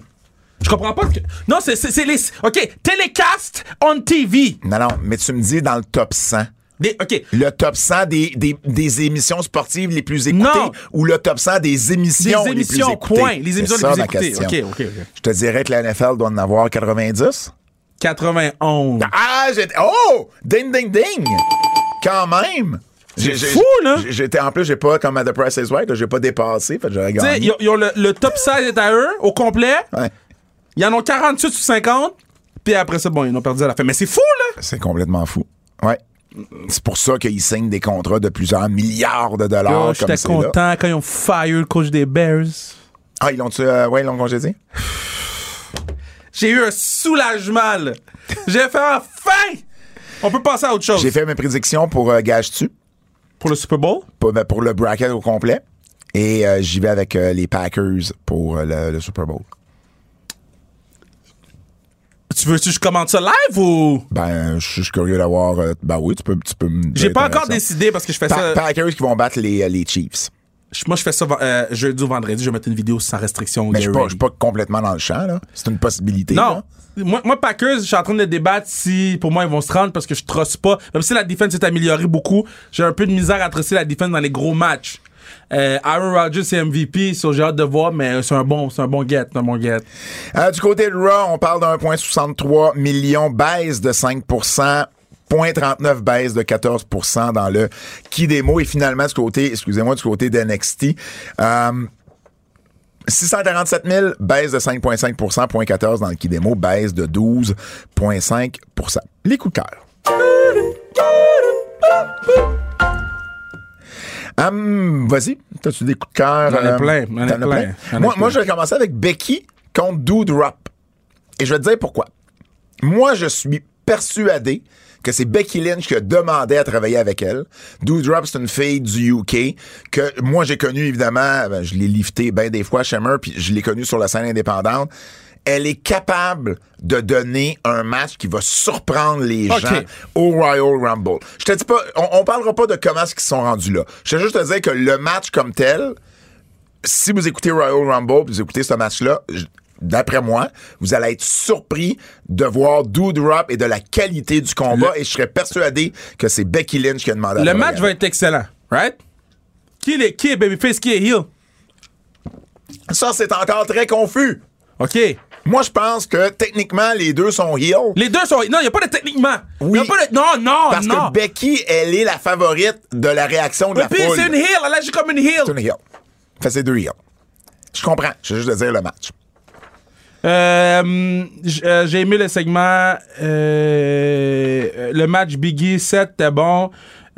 Speaker 3: Je comprends pas. Que... Non, c'est, c'est, c'est les. OK, Telecast on TV.
Speaker 2: Non, non, mais tu me dis dans le top 100.
Speaker 3: Des- OK.
Speaker 2: Le top 100 des, des, des émissions sportives les plus écoutées
Speaker 3: Non.
Speaker 2: ou le top 100 des émissions,
Speaker 3: Des
Speaker 2: les
Speaker 3: émissions,
Speaker 2: plus écoutées?
Speaker 3: point. Les émissions
Speaker 2: C'est
Speaker 3: les
Speaker 2: ça,
Speaker 3: plus
Speaker 2: ma
Speaker 3: écoutées.
Speaker 2: question.
Speaker 3: OK, OK, OK.
Speaker 2: Je te dirais que la NFL doit en avoir 90.
Speaker 3: 91.
Speaker 2: Ah, j'étais. Oh! Ding, ding, ding! Quand même! J'ai- j'ai-
Speaker 3: fou, là!
Speaker 2: j'ai- J'étais, en plus, j'ai pas, comme à The Price is Right, j'ai pas dépassé, fait que j'aurais
Speaker 3: Tu sais, ils
Speaker 2: gagné.
Speaker 3: ont- ils ont le, le top 16 est à eux, au complet.
Speaker 2: Ouais.
Speaker 3: Ils en ont 48 sur 50. Puis après ça, bon, ils en ont perdu à la fin. Mais c'est fou, là!
Speaker 2: C'est complètement fou. Ouais. C'est pour ça qu'ils signent des contrats de plusieurs milliards de dollars
Speaker 3: Yo,
Speaker 2: Ah, comme
Speaker 3: J'étais
Speaker 2: c'est là.
Speaker 3: content quand ils ont fire le coach des Bears.
Speaker 2: Ah, ils l'ont tu ouais, ils l'ont congédié?
Speaker 3: J'ai eu un soulagement, là. J'ai fait enfin! On peut passer à autre chose.
Speaker 2: J'ai fait mes prédictions pour euh, Gage-tu,
Speaker 3: Pour le Super Bowl?
Speaker 2: pour, ben, pour le bracket au complet. Et euh, j'y vais avec euh, les Packers pour euh, le, le Super Bowl.
Speaker 3: Tu veux que je commente ça live ou.
Speaker 2: Ben, je suis- je suis curieux d'avoir. euh, ben oui, tu peux, tu peux me dire
Speaker 3: J'ai pas
Speaker 2: ta
Speaker 3: encore
Speaker 2: réaction.
Speaker 3: décidé parce que je fais
Speaker 2: Pa-
Speaker 3: ça.
Speaker 2: Packers qui vont battre les, euh, les Chiefs.
Speaker 3: je- Moi, je fais ça euh, jeudi ou vendredi. Je vais mettre une vidéo sans restriction.
Speaker 2: Mais Ben, je suis
Speaker 3: Gary.
Speaker 2: pas, je suis pas complètement dans le champ, là. C'est une possibilité.
Speaker 3: Non.
Speaker 2: là.
Speaker 3: Moi, moi, Packers, je suis en train de débattre si pour moi ils vont se rendre parce que je trosse pas. Même si la défense s'est améliorée beaucoup, j'ai un peu de misère à trosser la défense dans les gros matchs. Euh, Aaron Rodgers, c'est MVP, so j'ai hâte de voir, mais c'est un bon, c'est un bon get, c'est un bon get.
Speaker 2: Euh, du côté de Raw, on parle de 1,63 million, baisse de 5 0.39 baisse de 14 dans le qui démo. Et finalement, du côté, excusez-moi, du côté d'NXT, euh, 647 000, baisse de 5,5 point 14 dans le qui démo, baisse de 12,5 Les coups de cœur. Hum, Vas-y, t'as-tu des coups de cœur?
Speaker 3: J'en ai
Speaker 2: euh,
Speaker 3: plein, j'en ai
Speaker 2: t'en as
Speaker 3: plein, j'en ai
Speaker 2: Moi, moi, je
Speaker 3: plein.
Speaker 2: vais commencer avec Becky contre Dude Rop. Et je vais te dire pourquoi. Moi, je suis persuadé que c'est Becky Lynch qui a demandé à travailler avec elle. Doudrop, c'est une fille du UK que moi, j'ai connue, évidemment, ben, je l'ai lifté bien des fois, Shimmer, puis je l'ai connue sur la scène indépendante. Elle est capable de donner un match qui va surprendre les
Speaker 3: Ok.
Speaker 2: gens au Royal Rumble. Je te dis pas, on, on parlera pas de comment est-ce qu'ils sont rendus là. Je te juste te dire que le match comme tel, si vous écoutez Royal Rumble, puis vous écoutez ce match-là, je- d'après moi, vous allez être surpris de voir Dude Rop et de la qualité du combat. Et je serais persuadé que c'est Becky Lynch qui a demandé. à
Speaker 3: Le
Speaker 2: travailler
Speaker 3: match va
Speaker 2: avec.
Speaker 3: être excellent, right? Qui est, qui est Babyface, qui est Heel?
Speaker 2: Ça, c'est encore très confus.
Speaker 3: OK.
Speaker 2: Moi, je pense que techniquement, les deux sont heel.
Speaker 3: Les deux sont. Non, il n'y a pas de techniquement.
Speaker 2: Oui.
Speaker 3: Y a pas de. Non, non,
Speaker 2: Parce
Speaker 3: non.
Speaker 2: que Becky, elle est la favorite de la réaction de
Speaker 3: Mais
Speaker 2: la
Speaker 3: puis
Speaker 2: foule.
Speaker 3: c'est une heel. Elle agit comme une heel.
Speaker 2: C'est une heel. Fait, c'est deux heels. Je comprends. Je vais juste te dire le match.
Speaker 3: Euh, j- euh, J'ai aimé le segment. euh, euh, le match Biggie 7 était bon.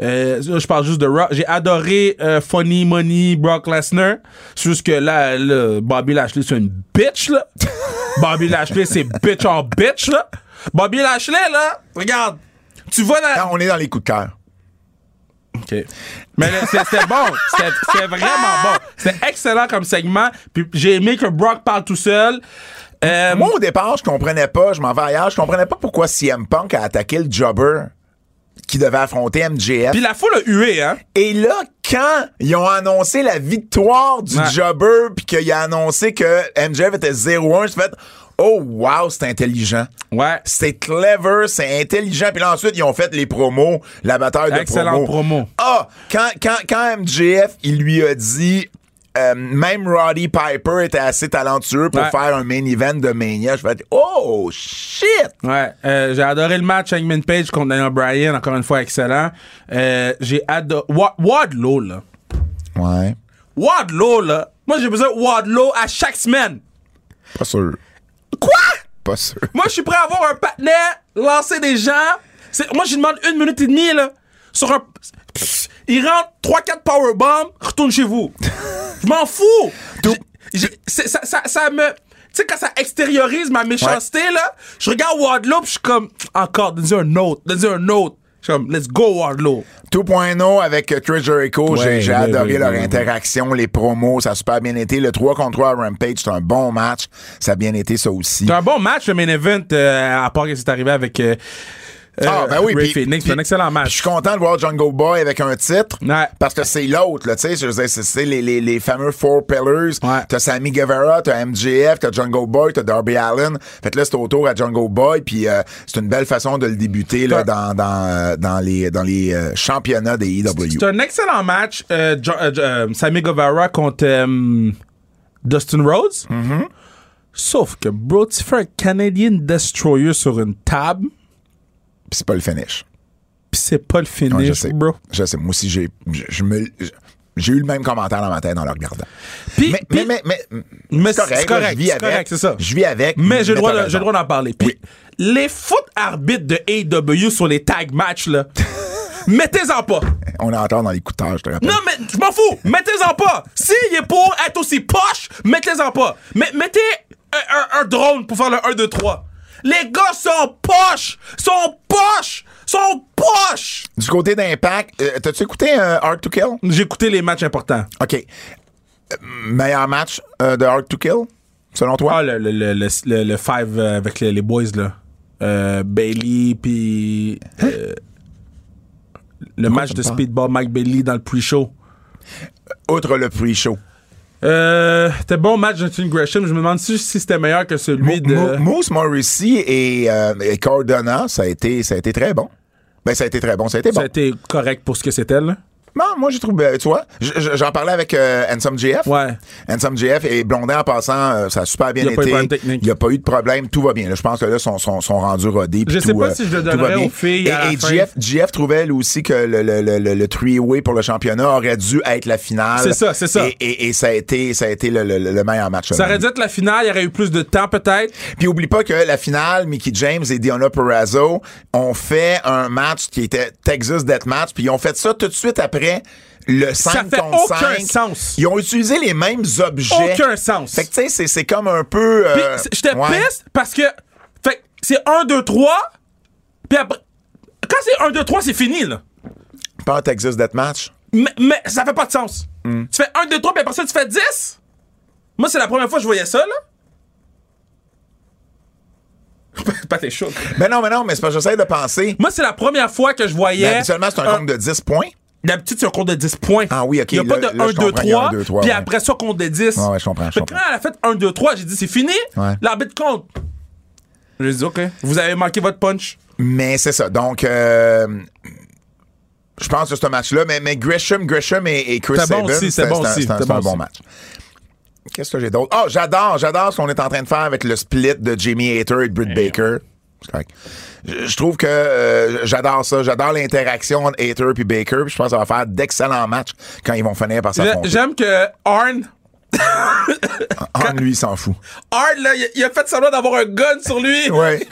Speaker 3: Euh, je parle juste de Rock. J'ai adoré euh, Funny Money Brock Lesnar. C'est juste que là, là, Bobby Lashley, c'est une bitch, là. Bobby Lashley, c'est bitch en bitch, là. Bobby Lashley, là, regarde. Tu vois la.
Speaker 2: Quand on est dans les coups de cœur.
Speaker 3: OK. Mais là, c'est- c'était bon. C'était c'était vraiment bon. C'était excellent comme segment. Puis j'ai aimé que Brock parle tout seul. Euh,
Speaker 2: Moi, au départ, je comprenais pas, je m'en vais ailleurs, je comprenais pas pourquoi CM Punk a attaqué le jobber qui devait affronter MJF.
Speaker 3: puis la foule a hué, hein?
Speaker 2: Et là, quand ils ont annoncé la victoire du
Speaker 3: Ouais.
Speaker 2: jobber, puis qu'il a annoncé que MJF était 0-1, j'ai fait « Oh, wow, c'est intelligent.
Speaker 3: Ouais.
Speaker 2: C'est clever, c'est intelligent. » Puis là, ensuite, ils ont fait les promos, la bataille de
Speaker 3: Excellent
Speaker 2: promos.
Speaker 3: promo.
Speaker 2: Ah, quand, quand, quand MJF, il lui a dit... euh, même Roddy Piper était assez talentueux pour
Speaker 3: Ouais.
Speaker 2: faire un main event de Mania. Je fait Oh shit!
Speaker 3: Ouais, euh, j'ai adoré le match Hangman Page contre Daniel Bryan, encore une fois excellent. Euh, j'ai adoré Wadlow là.
Speaker 2: Ouais.
Speaker 3: Wadlow là. Moi j'ai besoin de Wadlow à chaque semaine.
Speaker 2: Pas sûr.
Speaker 3: Quoi
Speaker 2: Pas sûr.
Speaker 3: Moi, je suis prêt à avoir un patinet, lancer des gens. C'est- Moi, je lui demande une minute et demie, là. Sur un. Pfff. il rentre 3-4 powerbombs, retourne chez vous. Je m'en fous. J'ai- j'ai- c'est- ça, ça- ça me. Tu sais, quand ça extériorise ma méchanceté, là, je regarde Wadlow, puis je suis comme, encore, donne-lui un autre, donne-lui un autre. Je suis comme, let's go, Wadlow.
Speaker 2: 2.0 avec euh, Chris Jericho, j'ai-
Speaker 3: Ouais,
Speaker 2: j'ai
Speaker 3: ouais,
Speaker 2: adoré
Speaker 3: ouais,
Speaker 2: leur
Speaker 3: ouais, ouais.
Speaker 2: interaction, les promos, ça a super bien été. Le 3 contre 3 à Rampage, c'est un bon match. Ça a bien été ça aussi.
Speaker 3: C'est un bon match, le main event, euh, à part que c'est arrivé avec. euh, euh, Ray
Speaker 2: Ah, ben puis-
Speaker 3: Phoenix, c'est un
Speaker 2: puis-
Speaker 3: excellent
Speaker 2: puis Je suis
Speaker 3: match.
Speaker 2: content de voir Jungle Boy avec un titre.
Speaker 3: Ouais.
Speaker 2: Parce que c'est l'autre, là, tu sais. je veux dire, C'est c'est les, les, les fameux Four Pillars.
Speaker 3: Ouais.
Speaker 2: T'as Sammy Guevara, t'as MJF, t'as Jungle Boy, t'as Darby Allen. Fait que là, c'est au tour à Jungle Boy. Puis euh, c'est une belle façon de le débuter là,
Speaker 3: Ouais.
Speaker 2: dans, dans, euh, dans les, dans les euh, championnats des EW.
Speaker 3: C'est un excellent match. euh, Jo- euh, Jo- euh, Sammy Guevara contre euh, Dustin Rhodes.
Speaker 2: Mm-hmm.
Speaker 3: Sauf que, bro, tu fais un Canadian Destroyer sur une table,
Speaker 2: Puis c'est pas le finish.
Speaker 3: pis c'est pas le
Speaker 2: Ouais, je
Speaker 3: finish,
Speaker 2: sais.
Speaker 3: bro.
Speaker 2: Je sais. Moi aussi, j'ai, je, je me, je- j'ai eu le même commentaire dans ma tête en le regardant.
Speaker 3: Pis-
Speaker 2: Mais,
Speaker 3: pis-
Speaker 2: mais, mais, mais,
Speaker 3: mais
Speaker 2: c'est correct. là, je vis
Speaker 3: c'est
Speaker 2: avec.
Speaker 3: correct, c'est ça.
Speaker 2: Je vis avec.
Speaker 3: Mais j'ai le droit
Speaker 2: t'as
Speaker 3: de-
Speaker 2: raison.
Speaker 3: j'ai le droit d'en parler. Puis, les foot arbitres de AEW sur les tag matchs, là, mettez-en pas.
Speaker 2: On est encore dans les coups de tâche, je te rappelle.
Speaker 3: Non, mais je m'en fous. Mettez-en pas. S'il est pour être aussi poche, mettez-en pas. Mais mettez un, un- un drone pour faire le 1, 2, 3. Les gars sont poches. Sont poches. Sont poches.
Speaker 2: Du côté d'Impact, euh, t'as-tu écouté euh, Hard to Kill?
Speaker 3: J'ai écouté les matchs importants.
Speaker 2: OK. Euh, meilleur match euh, de Hard to Kill, selon
Speaker 3: Ah,
Speaker 2: toi?
Speaker 3: le, le, le, le, le- le five euh, avec les, les boys, là. Euh, Bailey, puis.
Speaker 2: Hein?
Speaker 3: euh, le match de Speedball Mike Bailey dans le pre-show.
Speaker 2: Outre le pre-show.
Speaker 3: Euh, c'était bon match de Gresham. Je me demande si, si c'était meilleur que
Speaker 2: Mo-
Speaker 3: celui de.
Speaker 2: Mo- Moose Morrissey et, euh, et Cardona, ça a été, ça a été très bon. Ben, ça a été très bon. Ça a été bon.
Speaker 3: Ça a été correct pour ce que c'était, là.
Speaker 2: Non, moi, je trouve, ben, tu vois, j- j- j'en parlais avec euh, Handsome GF.
Speaker 3: Ouais.
Speaker 2: Handsome GF et Blondin, en passant, euh, ça a super bien
Speaker 3: Il y a pas eu
Speaker 2: été.
Speaker 3: de problème technique.
Speaker 2: Il n'y a pas eu de problème. Tout va bien. là. je pense que là, sont, sont, sont rendus rodés. puis
Speaker 3: Je sais
Speaker 2: tout,
Speaker 3: pas
Speaker 2: euh,
Speaker 3: si je le
Speaker 2: tout va
Speaker 3: donnerais
Speaker 2: bien.
Speaker 3: aux filles
Speaker 2: Et,
Speaker 3: à la
Speaker 2: et
Speaker 3: fin.
Speaker 2: GF, GF trouvait, lui aussi, que le, le, le, le, le three-way pour le championnat aurait dû être la finale.
Speaker 3: C'est ça, c'est ça.
Speaker 2: Et, et, et ça a été, ça a été le, le, le meilleur match.
Speaker 3: Ça aurait dû être la finale, il y aurait eu plus de temps peut-être.
Speaker 2: Puis oublie pas que la finale, Mickey James et Diona Perazzo ont fait un match qui était Texas Deathmatch, puis ils ont fait ça tout de suite après le 5
Speaker 3: fait
Speaker 2: contre
Speaker 3: aucun
Speaker 2: 5.
Speaker 3: sens.
Speaker 2: Ils ont utilisé les mêmes objets.
Speaker 3: Aucun sens.
Speaker 2: Fait que tu sais, c'est- c'est comme un peu...
Speaker 3: Puis
Speaker 2: euh,
Speaker 3: c'est- j'étais
Speaker 2: ouais.
Speaker 3: piste parce que fait que c'est 1 2 3 puis après quand c'est 1 2 3 c'est fini là.
Speaker 2: Pas un Texas Deathmatch.
Speaker 3: Mais, mais ça fait pas de sens.
Speaker 2: Hmm.
Speaker 3: Tu fais 1 2 3 puis après ça tu fais 10. Moi c'est la première fois que je voyais ça là. pas t'es chaud.
Speaker 2: Mais non, mais non, mais c'est parce que j'essaie de penser.
Speaker 3: Moi c'est la première fois que je
Speaker 2: Mais
Speaker 3: voyais
Speaker 2: habituellement, c'est un
Speaker 3: un-
Speaker 2: compte de 10 points.
Speaker 3: D'habitude, c'est un compte de 10 points.
Speaker 2: Ah oui, ok,
Speaker 3: Il n'y a pas
Speaker 2: là-
Speaker 3: de
Speaker 2: là,
Speaker 3: 1,
Speaker 2: je
Speaker 3: 2,
Speaker 2: comprends, il y a un
Speaker 3: 3.
Speaker 2: 2, 3,
Speaker 3: Puis
Speaker 2: ouais.
Speaker 3: après ça, compte de 10.
Speaker 2: Ouais, ouais, je comprends, je
Speaker 3: Fait que
Speaker 2: comprends.
Speaker 3: quand elle a fait 1, 2, 3, j'ai dit, c'est fini.
Speaker 2: Ouais.
Speaker 3: L'arbitre compte. J'ai dit, OK. Vous avez manqué votre punch.
Speaker 2: Mais c'est ça. Donc, euh, je pense que ce match-là, mais, mais Gresham, Gresham et, et Chris
Speaker 3: C'était bon
Speaker 2: Sabin,
Speaker 3: aussi, c'était
Speaker 2: c'est-
Speaker 3: bon
Speaker 2: c'est un-
Speaker 3: aussi,
Speaker 2: c'est un,
Speaker 3: c'était
Speaker 2: c'est un
Speaker 3: bon
Speaker 2: bon
Speaker 3: aussi.
Speaker 2: match. Qu'est-ce que j'ai d'autre? Oh, j'adore, j'adore ce qu'on est en train de faire avec le split de Jimmy Hater et de Britt
Speaker 3: Eh
Speaker 2: Baker. C'est correct. Je je trouve que euh, j'adore ça. J'adore l'interaction entre Hater et Baker. puis Je pense que ça va faire d'excellents matchs quand ils vont finir par
Speaker 3: J'ai-
Speaker 2: s'affronter.
Speaker 3: J'aime que Arn,
Speaker 2: En Ah, lui, il s'en fout.
Speaker 3: Arn, là, il a- il a fait semblant d'avoir un gun sur lui.
Speaker 2: Ouais.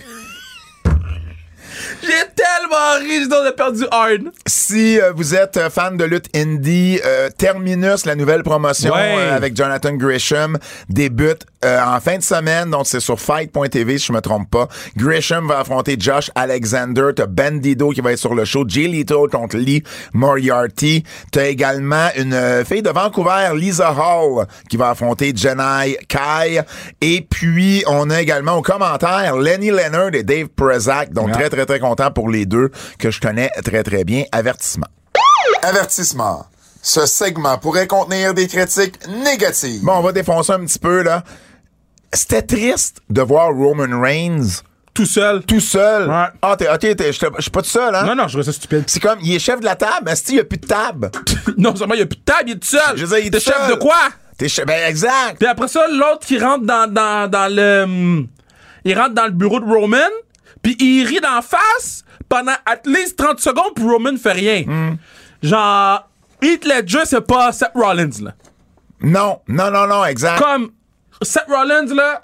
Speaker 3: J'ai tellement ri, j'ai dit, on a perdu Arn.
Speaker 2: Si euh, vous êtes euh, fan de lutte indie, euh, Terminus, la nouvelle promotion
Speaker 3: Ouais.
Speaker 2: euh, avec Jonathan Grisham, débute euh, en fin de semaine. Donc, c'est sur fight.tv, si je me trompe pas. Grisham va affronter Josh Alexander. T'as Bandido qui va être sur le show. Jay Lethal contre Lee Moriarty. T'as également une euh, fille de Vancouver, Lisa Hall, qui va affronter Jenai Kai. Et puis, on a également au commentaire Lenny Leonard et Dave Prezak. Donc, très, très, très content pour les deux que je connais très, très bien. Avertissement.
Speaker 5: Avertissement. Ce segment pourrait contenir des critiques négatives.
Speaker 2: Bon, on va défoncer un petit peu, là. C'était triste de voir Roman Reigns
Speaker 3: Tout seul.
Speaker 2: tout seul.
Speaker 3: Ouais.
Speaker 2: Ah, t'es, ok, t'es- je te- je suis pas tout seul, hein?
Speaker 3: Non, non, je trouve ça stupide.
Speaker 2: C'est comme, il est chef de la table, mais il n'y a plus de table.
Speaker 3: non seulement il n'y a plus de table, il est tout seul.
Speaker 2: Je veux dire, il est
Speaker 3: T'es
Speaker 2: tout
Speaker 3: chef
Speaker 2: seul.
Speaker 3: de quoi?
Speaker 2: T'es chef, ben exact.
Speaker 3: Puis après ça, l'autre qui rentre dans, dans, dans le. hum, Il rentre dans le bureau de Roman, puis il rit d'en face pendant at least 30 secondes, puis Roman fait rien.
Speaker 2: Hmm.
Speaker 3: Genre, Heath Ledger, c'est pas Seth Rollins, là.
Speaker 2: Non, non, non, non, exact.
Speaker 3: Comme Seth Rollins, là.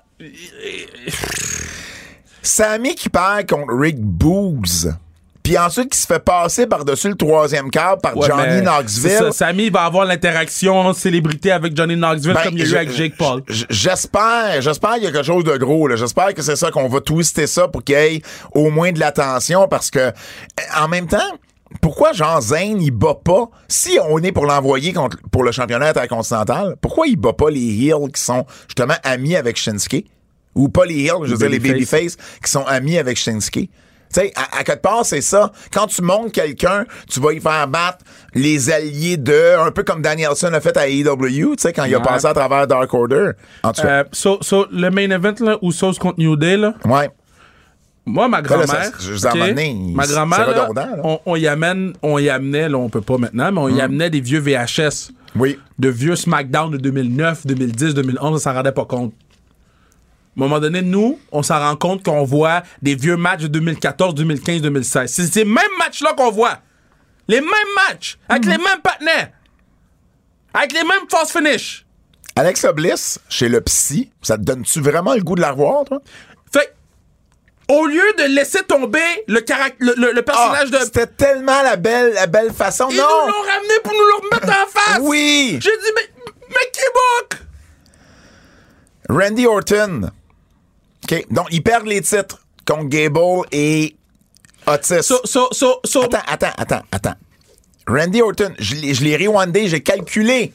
Speaker 2: Sammy qui perd contre Rick Boogs. Puis ensuite, qui se fait passer par-dessus le troisième quart par
Speaker 3: ouais,
Speaker 2: Johnny
Speaker 3: mais c'est
Speaker 2: Knoxville.
Speaker 3: ça, Sammy va avoir l'interaction célébrité avec Johnny Knoxville,
Speaker 2: Ben,
Speaker 3: comme il y a eu
Speaker 2: je-
Speaker 3: avec Jake Paul.
Speaker 2: j- J'espère, j'espère qu'il y a quelque chose de gros. là. J'espère que c'est ça qu'on va twister ça pour qu'il y ait au moins de l'attention parce que euh, en même temps, pourquoi Jean Zane il bat pas si on est pour l'envoyer contre pour le championnat intercontinental Pourquoi il bat pas les Heels qui sont justement amis avec Shinsuke ou pas les Heels, je veux dire les Babyface
Speaker 3: babyface.
Speaker 2: qui sont amis avec Shinsuke. Tu sais, à, à quelque part, c'est ça. Quand tu montes quelqu'un, tu vas y faire battre les alliés de, un peu comme Danielson a fait à AEW, tu sais, quand il a
Speaker 3: Ouais.
Speaker 2: passé à travers Dark Order. En tout cas,
Speaker 3: Euh, so, so, le main event, là, ou Sauce contre New Day, là.
Speaker 2: ouais.
Speaker 3: Moi, ma
Speaker 2: là,
Speaker 3: grand-mère.
Speaker 2: ça, je vous ai
Speaker 3: ok,
Speaker 2: emmené,
Speaker 3: ma
Speaker 2: c'est
Speaker 3: grand-mère. là,
Speaker 2: redondant, là. Mm.
Speaker 3: On, on y amène, on y amenait, là, on peut pas maintenant, mais on y amenait des vieux VHS.
Speaker 2: Oui.
Speaker 3: De vieux SmackDown de 2009, 2010, 2011, on s'en rendait pas compte. À un moment donné, nous, on s'en rend compte qu'on voit des vieux matchs de 2014, 2015, 2016. C'est ces mêmes matchs-là qu'on voit. Les mêmes matchs,
Speaker 2: Mm.
Speaker 3: avec les mêmes partenaires, avec les mêmes force finish.
Speaker 2: Alexa Bliss, chez le psy, ça te donne-tu vraiment le goût de la revoir, toi?
Speaker 3: Fait que, au lieu de laisser tomber le, caract- le, le- le personnage
Speaker 2: Ah,
Speaker 3: de
Speaker 2: C'était tellement la belle, la belle façon.
Speaker 3: Ils nous
Speaker 2: non!
Speaker 3: l'ont ramené pour nous le remettre en face.
Speaker 2: Oui!
Speaker 3: J'ai dit, mais, mais qui book?
Speaker 2: Randy Orton. OK. Donc, ils perdent les titres contre Gable et Otis.
Speaker 3: So, so, so, so.
Speaker 2: Attends, attends, attends, attends. Randy Orton, je l'ai je l'ai rewindé, j'ai calculé.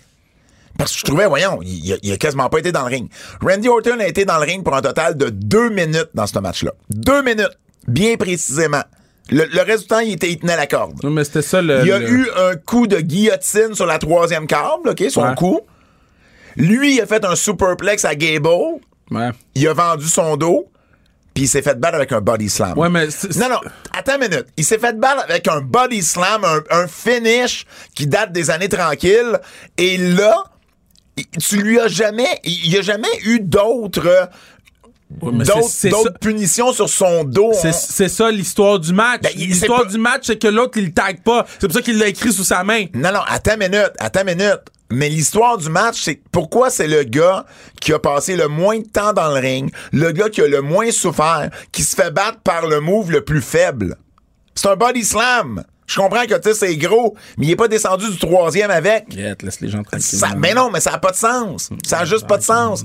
Speaker 2: Parce que je trouvais, voyons, il, a- il a quasiment pas été dans le ring. Randy Orton a été dans le ring pour un total de deux minutes dans ce match-là. Deux minutes, bien précisément. Le, le reste du temps, il, était, il tenait la corde.
Speaker 3: Non, mais c'était ça le.
Speaker 2: Il y a
Speaker 3: le-
Speaker 2: eu un coup de guillotine sur la troisième câble, OK, son
Speaker 3: Ouais.
Speaker 2: coup. Lui, il a fait un superplex à Gable.
Speaker 3: Ouais.
Speaker 2: Il a vendu son dos. puis il s'est fait battre avec un body slam.
Speaker 3: Ouais, mais c'est-
Speaker 2: Non, non, attends une minute. Il s'est fait battre avec un body slam, un, un finish qui date des années tranquilles. Et là, il- tu lui as jamais. Il n'y a jamais eu d'autres
Speaker 3: Ouais, mais c'est-
Speaker 2: d'autres-
Speaker 3: c'est
Speaker 2: d'autres
Speaker 3: ça-
Speaker 2: punitions sur son dos. hein?
Speaker 3: C'est
Speaker 2: On-
Speaker 3: c'est ça l'histoire du match.
Speaker 2: Ben, il-
Speaker 3: l'histoire
Speaker 2: c'est pas-
Speaker 3: du match, c'est que l'autre, il le tag pas. C'est pour ça qu'il l'a écrit sous sa main.
Speaker 2: Non, non, attends une minute, attends une minute. Mais l'histoire du match, c'est pourquoi c'est le gars qui a passé le moins de temps dans le ring, le gars qui a le moins souffert, qui se fait battre par le move le plus faible. C'est un body slam. Je comprends que, tu sais, c'est gros, mais il est pas descendu du troisième avec.
Speaker 3: laisse les gens tranquilles.
Speaker 2: Ça- mais non, mais ça a pas de sens. Ça a juste pas de sens.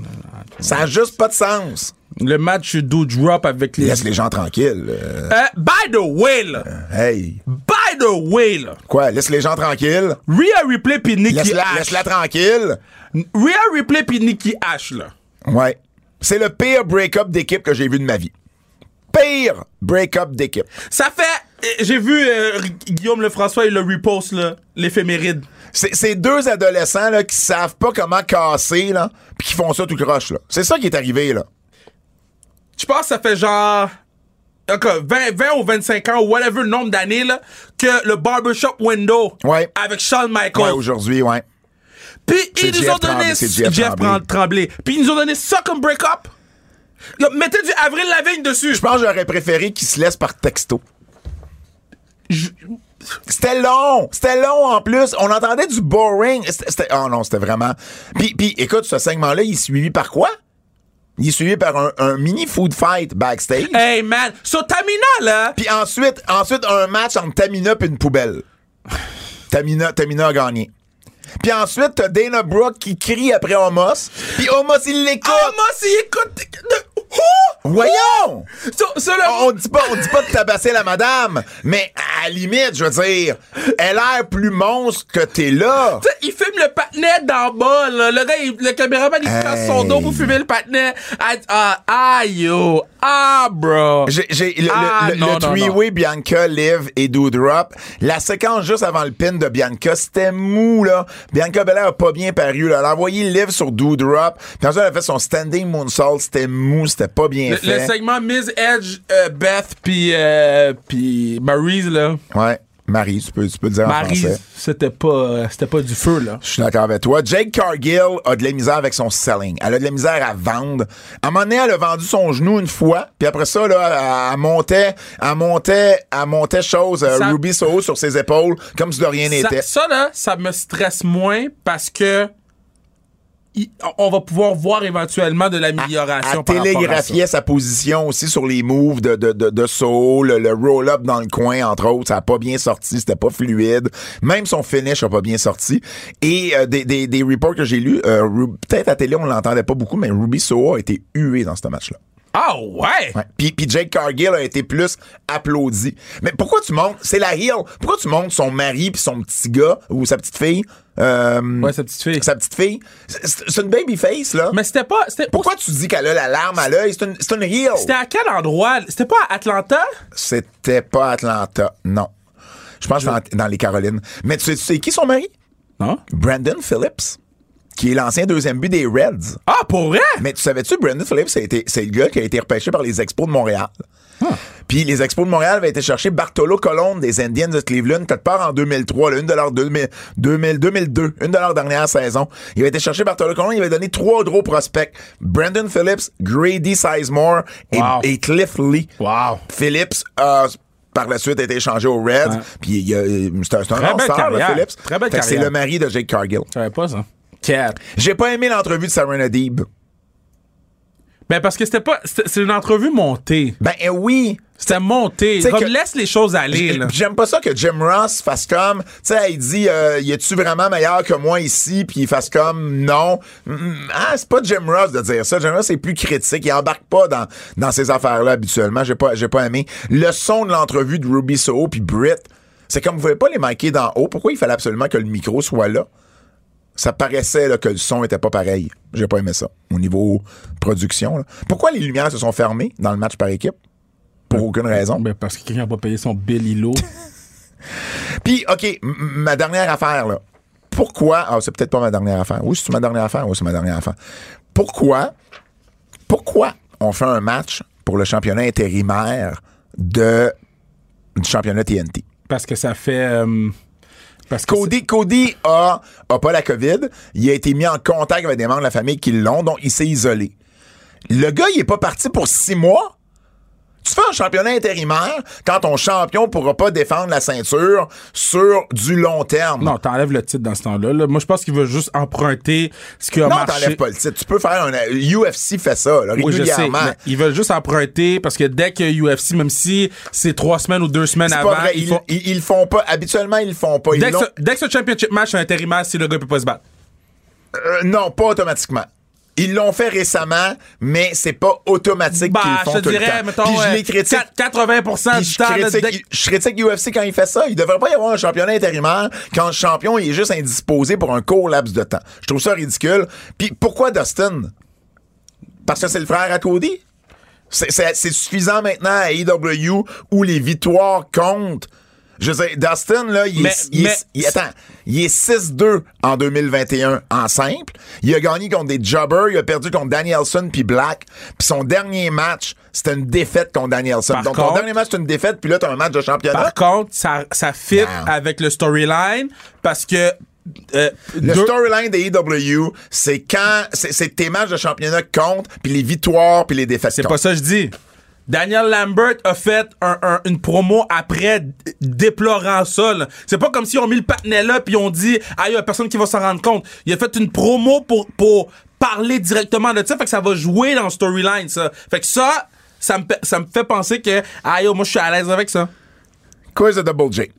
Speaker 2: Ça a juste pas de sens.
Speaker 3: Le match do drop avec les.
Speaker 2: Laisse les gens tranquilles. euh,
Speaker 3: Euh, by the way, là.
Speaker 2: hey.
Speaker 3: By the way, là.
Speaker 2: Quoi? Laisse les gens tranquilles.
Speaker 3: Rhea Ripley pis Nikki
Speaker 2: Laisse-la
Speaker 3: H.
Speaker 2: laisse-la tranquille.
Speaker 3: Rhea Ripley pis Nikki H, là.
Speaker 2: Ouais. C'est le pire break-up d'équipe que j'ai vu de ma vie. Pire break-up d'équipe.
Speaker 3: Ça fait. euh, J'ai vu euh, Guillaume Lefrançois, il le repost, là. L'éphéméride.
Speaker 2: C'est c'est deux adolescents là, qui savent pas comment casser, là, puis qui font ça tout croche. là. C'est ça qui est arrivé. là.
Speaker 3: Je pense que ça fait genre. encore 20, 20 ou 25 ans, ou whatever le nombre d'années, là, que le barbershop window.
Speaker 2: Ouais.
Speaker 3: Avec Shawn
Speaker 2: Ouais,
Speaker 3: Michaels.
Speaker 2: aujourd'hui, ouais.
Speaker 3: Puis
Speaker 2: C'est
Speaker 3: ils nous
Speaker 2: Jeff
Speaker 3: ont donné
Speaker 2: Tremblay, c'est Jeff Tremblay.
Speaker 3: Tremblay. Puis ils nous ont donné ça comme break-up. Là, Mettez du Avril Lavigne dessus.
Speaker 2: Je pense que j'aurais préféré qu'ils se laissent par texto. C'était long, c'était long en plus. On entendait du boring. C'était- c'était- oh non, c'était vraiment. Puis, puis écoute, ce segment-là, il est suivi par quoi? Il est suivi par un, un mini food fight backstage.
Speaker 3: Hey man, so Tamina là,
Speaker 2: Puis ensuite, ensuite, un match entre Tamina et une poubelle. Tamina, Tamina a gagné. Puis ensuite, t'as Dana Brooke qui crie après Homos. Puis Homos, il l'écoute.
Speaker 3: Amos il écoute. de- Ouh!
Speaker 2: Voyons!
Speaker 3: So, so le-
Speaker 2: On, on dit pas, on dit pas de tabasser la madame, mais à la limite, je veux dire, elle a l'air plus monstre que t'es là.
Speaker 3: T'sais, il filme le patinet d'en bas, là. Le gars, il- le caméraman, il casse son
Speaker 2: Hey.
Speaker 3: dos pour filmer le patinet. Ah, ah, ah, yo. Ah, bro.
Speaker 2: J'ai, j'ai- le,
Speaker 3: Ah,
Speaker 2: le- le-
Speaker 3: non,
Speaker 2: le
Speaker 3: non, non.
Speaker 2: three-way Bianca, Liv et Doudrop. La séquence juste avant le pin de Bianca, c'était mou, là. Bianca Belair a pas bien paru, là. Elle a envoyé Liv sur Doudrop. Puis ensuite, elle a fait son standing moonsault. C'était mou, c'était pas bien
Speaker 3: Le, le
Speaker 2: fait.
Speaker 3: segment Miss Edge, euh, Beth, puis euh, puis Maryse, là.
Speaker 2: Ouais. Marie, tu peux, tu peux le dire en français.
Speaker 3: Maryse, c'était pas, euh, c'était pas du feu, là.
Speaker 2: Je suis d'accord avec toi. Jake Cargill a de la misère avec son selling. Elle a de la misère à vendre. À un moment donné, elle a vendu son genou une fois, puis après ça, là, elle- elle montait, elle montait, elle montait chose, euh,
Speaker 3: Ça-
Speaker 2: Ruby Soho sur ses épaules, comme si de rien n'était.
Speaker 3: Ça, ça, là, ça me stresse moins parce que il- on va pouvoir voir éventuellement de l'amélioration.
Speaker 2: Elle
Speaker 3: par rapport à
Speaker 2: télégraphiait sa position aussi sur les moves de, de, de, de Saul, le, le roll-up dans le coin, entre autres. Ça n'a pas bien sorti, c'était pas fluide. Même son finish n'a pas bien sorti. Et euh, des, des, des reports que j'ai lus, euh, Ru- peut-être à télé, on l'entendait pas beaucoup, mais Ruby Soho a été hué dans ce match-là.
Speaker 3: ça. Ah ouais!
Speaker 2: Ouais. Puis, puis Jake Cargill a été plus applaudi. Mais pourquoi tu montes, c'est la heel, pourquoi tu montes son mari puis son petit gars ou sa petite fille, euh,
Speaker 3: Ouais, sa petite fille.
Speaker 2: sa petite fille? C'est c'est une baby face, là.
Speaker 3: Mais c'était pas. C'était
Speaker 2: Pourquoi tu dis qu'elle a la larme à l'œil? C'est une, c'est une heel.
Speaker 3: c'était à quel endroit? C'était pas à Atlanta?
Speaker 2: C'était pas Atlanta, non. Je pense que dans, dans les Carolines. Mais tu sais, tu sais qui son mari?
Speaker 3: Non.
Speaker 2: Brandon Phillips, qui est l'ancien deuxième but des Reds.
Speaker 3: Ah, pour vrai?
Speaker 2: Mais tu savais-tu, Brandon Phillips, ça a été- c'est le gars qui a été repêché par les Expos de Montréal.
Speaker 3: Ah.
Speaker 2: Puis les Expos de Montréal avaient été chercher Bartolo Colon des Indians de Cleveland, quelque part en 2003, là, une de leurs 2000 2000 2002, une de leurs dernières saisons. Il avait été chercher Bartolo Colon, il avait donné trois gros prospects. Brandon Phillips, Grady Sizemore et,
Speaker 3: Wow.
Speaker 2: et Cliff Lee.
Speaker 3: Wow.
Speaker 2: Phillips a par la suite été échangé aux Reds.
Speaker 3: Ouais.
Speaker 2: Puis il y a- euh, c'est un, c'est un
Speaker 3: Très belle
Speaker 2: all-star, là,
Speaker 3: carrière.
Speaker 2: Phillips.
Speaker 3: Très belle
Speaker 2: Fait que C'est
Speaker 3: carrière.
Speaker 2: le mari de Jake Cargill.
Speaker 3: Je savais pas ça. Quatre.
Speaker 2: J'ai pas aimé l'entrevue de Serena Deeb.
Speaker 3: Ben parce que c'était pas. c'était- C'est une entrevue montée.
Speaker 2: Ben eh oui,
Speaker 3: C'était monté.
Speaker 2: T'sais
Speaker 3: Comme
Speaker 2: que-
Speaker 3: laisse les choses aller,
Speaker 2: J-
Speaker 3: là.
Speaker 2: J'aime pas ça que Jim Ross fasse comme, tu sais, il dit, euh, y a-tu vraiment meilleur que moi ici, puis il fasse comme, non. Mm, ah, c'est pas Jim Ross de dire ça. Jim Ross est plus critique. Il embarque pas dans, dans ces affaires-là habituellement. J'ai pas, j'ai pas aimé. Le son de l'entrevue de Ruby Soho puis Britt, c'est comme, vous pouvez pas les manquer d'en haut. Pourquoi il fallait absolument que le micro soit là? Ça paraissait là, que le son était pas pareil. J'ai pas aimé ça au niveau production. là. Pourquoi les lumières se sont fermées dans le match par équipe? Pour aucune raison.
Speaker 3: Ben parce que quelqu'un n'a pas payé son bill îlot.
Speaker 2: Puis, OK, m- m- ma dernière affaire, là. Pourquoi. Ah, c'est peut-être pas ma dernière affaire. Oui, c'est ma dernière affaire. Oui, c'est ma dernière affaire. Pourquoi. Pourquoi on fait un match pour le championnat intérimaire de, du championnat TNT.
Speaker 3: Parce que ça fait. euh, parce que
Speaker 2: Cody, Cody a, a pas la COVID. Il a été mis en contact avec des membres de la famille qui l'ont, donc il s'est isolé. Le gars, il est pas parti pour six mois. Tu fais un championnat intérimaire quand ton champion pourra pas défendre la ceinture sur du long terme.
Speaker 3: Non, t'enlèves le titre dans ce temps-là. là. Moi, je pense qu'il veut juste emprunter ce qui a
Speaker 2: Non,
Speaker 3: marché.
Speaker 2: t'enlèves pas le titre. Tu peux faire un. UFC fait ça, là,
Speaker 3: Oui, je sais.
Speaker 2: régulièrement.
Speaker 3: mais Ils veulent juste emprunter parce que dès que UFC, même si c'est trois semaines ou deux semaines
Speaker 2: C'est
Speaker 3: avant,
Speaker 2: pas vrai.
Speaker 3: ils
Speaker 2: Ils,
Speaker 3: font-
Speaker 2: ils- ils le font pas. Habituellement, ils le font pas. Ils
Speaker 3: Dès que,
Speaker 2: l'ont-
Speaker 3: ce, dès que ce championship match est intérimaire, si le gars peut pas se battre.
Speaker 2: Euh, non, pas automatiquement. Ils l'ont fait récemment, mais c'est pas automatique
Speaker 3: Bah,
Speaker 2: qu'ils le font
Speaker 3: je te
Speaker 2: tout le
Speaker 3: dirais,
Speaker 2: temps.
Speaker 3: mettons,
Speaker 2: Puis je
Speaker 3: euh,
Speaker 2: les critique.
Speaker 3: quatre- 80%
Speaker 2: Puis
Speaker 3: du
Speaker 2: je
Speaker 3: temps. là, dès
Speaker 2: critique,
Speaker 3: que-
Speaker 2: je critique UFC quand il fait ça. Il devrait pas y avoir un championnat intérimaire quand le champion il est juste indisposé pour un court laps de temps. Je trouve ça ridicule. Puis pourquoi Dustin? Parce que c'est le frère à Cody? C'est- C'est c'est suffisant maintenant à AEW où les victoires comptent. Je veux dire, Dustin, là, il, est-
Speaker 3: Mais-
Speaker 2: il est-
Speaker 3: mais-
Speaker 2: il- attends, il est 6-2 en 2021 en simple. Il a gagné contre des jobbers, il a perdu contre Danielson puis Black. Puis son dernier match, c'était une défaite contre Danielson.
Speaker 3: Par
Speaker 2: Donc ton
Speaker 3: contre-
Speaker 2: dernier match, c'est une défaite, puis là, t'as un match de championnat.
Speaker 3: Par contre, ça, ça fit avec le storyline parce que. euh,
Speaker 2: Le
Speaker 3: deux-
Speaker 2: storyline des EW, c'est quand c'est c'est tes matchs de championnat comptent, puis les victoires, puis les défaites.
Speaker 3: C'est
Speaker 2: comptent.
Speaker 3: pas ça que je dis. Daniel Lambert a fait un- un- une promo après d- déplorant ça. là. C'est pas comme si on mis le patinet là puis on dit ah y a personne qui va s'en rendre compte. Il a fait une promo pour pour parler directement de ça, fait que ça va jouer dans le storyline ça. Fait que ça ça me, fait- ça me fait penser que ah yo moi je suis à l'aise avec ça.
Speaker 2: Quiz de Double J.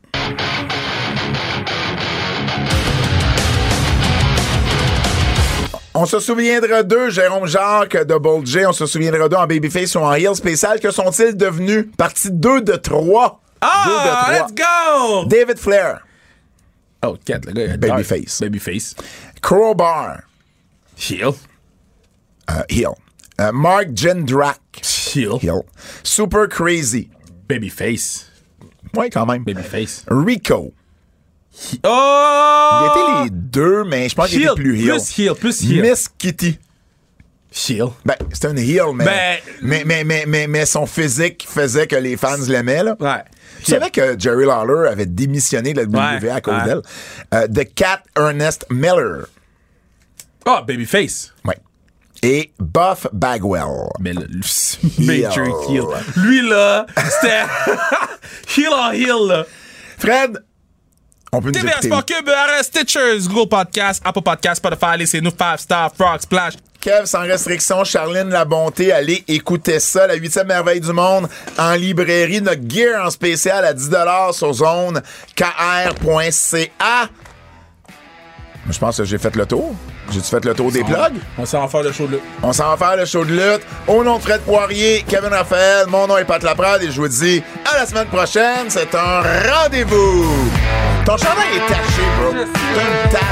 Speaker 2: On se souviendra d'eux, Jérôme Jacques, Double J. On se souviendra d'eux en Babyface ou en Heel spécial. Que sont-ils devenus? Partie 2 de 3.
Speaker 3: Ah let's go.
Speaker 2: David Flair,
Speaker 3: Oh quatre le gars il a-
Speaker 2: Babyface.
Speaker 3: Babyface.
Speaker 2: Crowbar,
Speaker 3: Heel.
Speaker 2: euh, Heel. Euh, Mark Jindrak,
Speaker 3: Heel.
Speaker 2: Heel. Super Crazy,
Speaker 3: Babyface.
Speaker 2: ouais quand même.
Speaker 3: Babyface.
Speaker 2: Rico. Il
Speaker 3: Oh.
Speaker 2: était les deux, mais je pense qu'il
Speaker 3: Heel,
Speaker 2: était plus Heel.
Speaker 3: plus heel, plus heel.
Speaker 2: Miss Kitty.
Speaker 3: Heel.
Speaker 2: Ben, c'était une heel, mais,
Speaker 3: Ben-
Speaker 2: mais, mais, mais, mais, mais son physique faisait que les fans l'aimaient. Là.
Speaker 3: Ouais.
Speaker 2: Tu savais que Jerry Lawler avait démissionné de la WWE à cause
Speaker 3: ouais.
Speaker 2: d'elle. Euh, de Cat Ernest Miller.
Speaker 3: Ah, Babyface.
Speaker 2: Ouais. Et Buff Bagwell.
Speaker 3: Mais là, lui, Major Heel. Lui, là, c'était Heel en Heel, là.
Speaker 2: Fred, on peut nous
Speaker 3: TBS
Speaker 2: écouter.
Speaker 3: Sport Cube, RS, Stitchers, Google Podcast, Apple Podcast, Spotify, laissez-nous 5 Star, Frog, Splash.
Speaker 2: Kev sans restriction, Charline La Bonté, allez écouter ça, la huitième merveille du monde en librairie, notre gear en spécial à 10 sur zone kr.ca. Je pense que j'ai fait le tour. J'ai-tu fait le tour des plugs?
Speaker 3: Ah. On s'en va faire le show, là.
Speaker 2: On s'en va faire le show de lutte. Au nom de Fred Poirier, Kevin Raphaël, mon nom est Pat Laprade et je vous dis à la semaine prochaine. C'est un rendez-vous. Ton chandail est taché, bro. T'as une tache.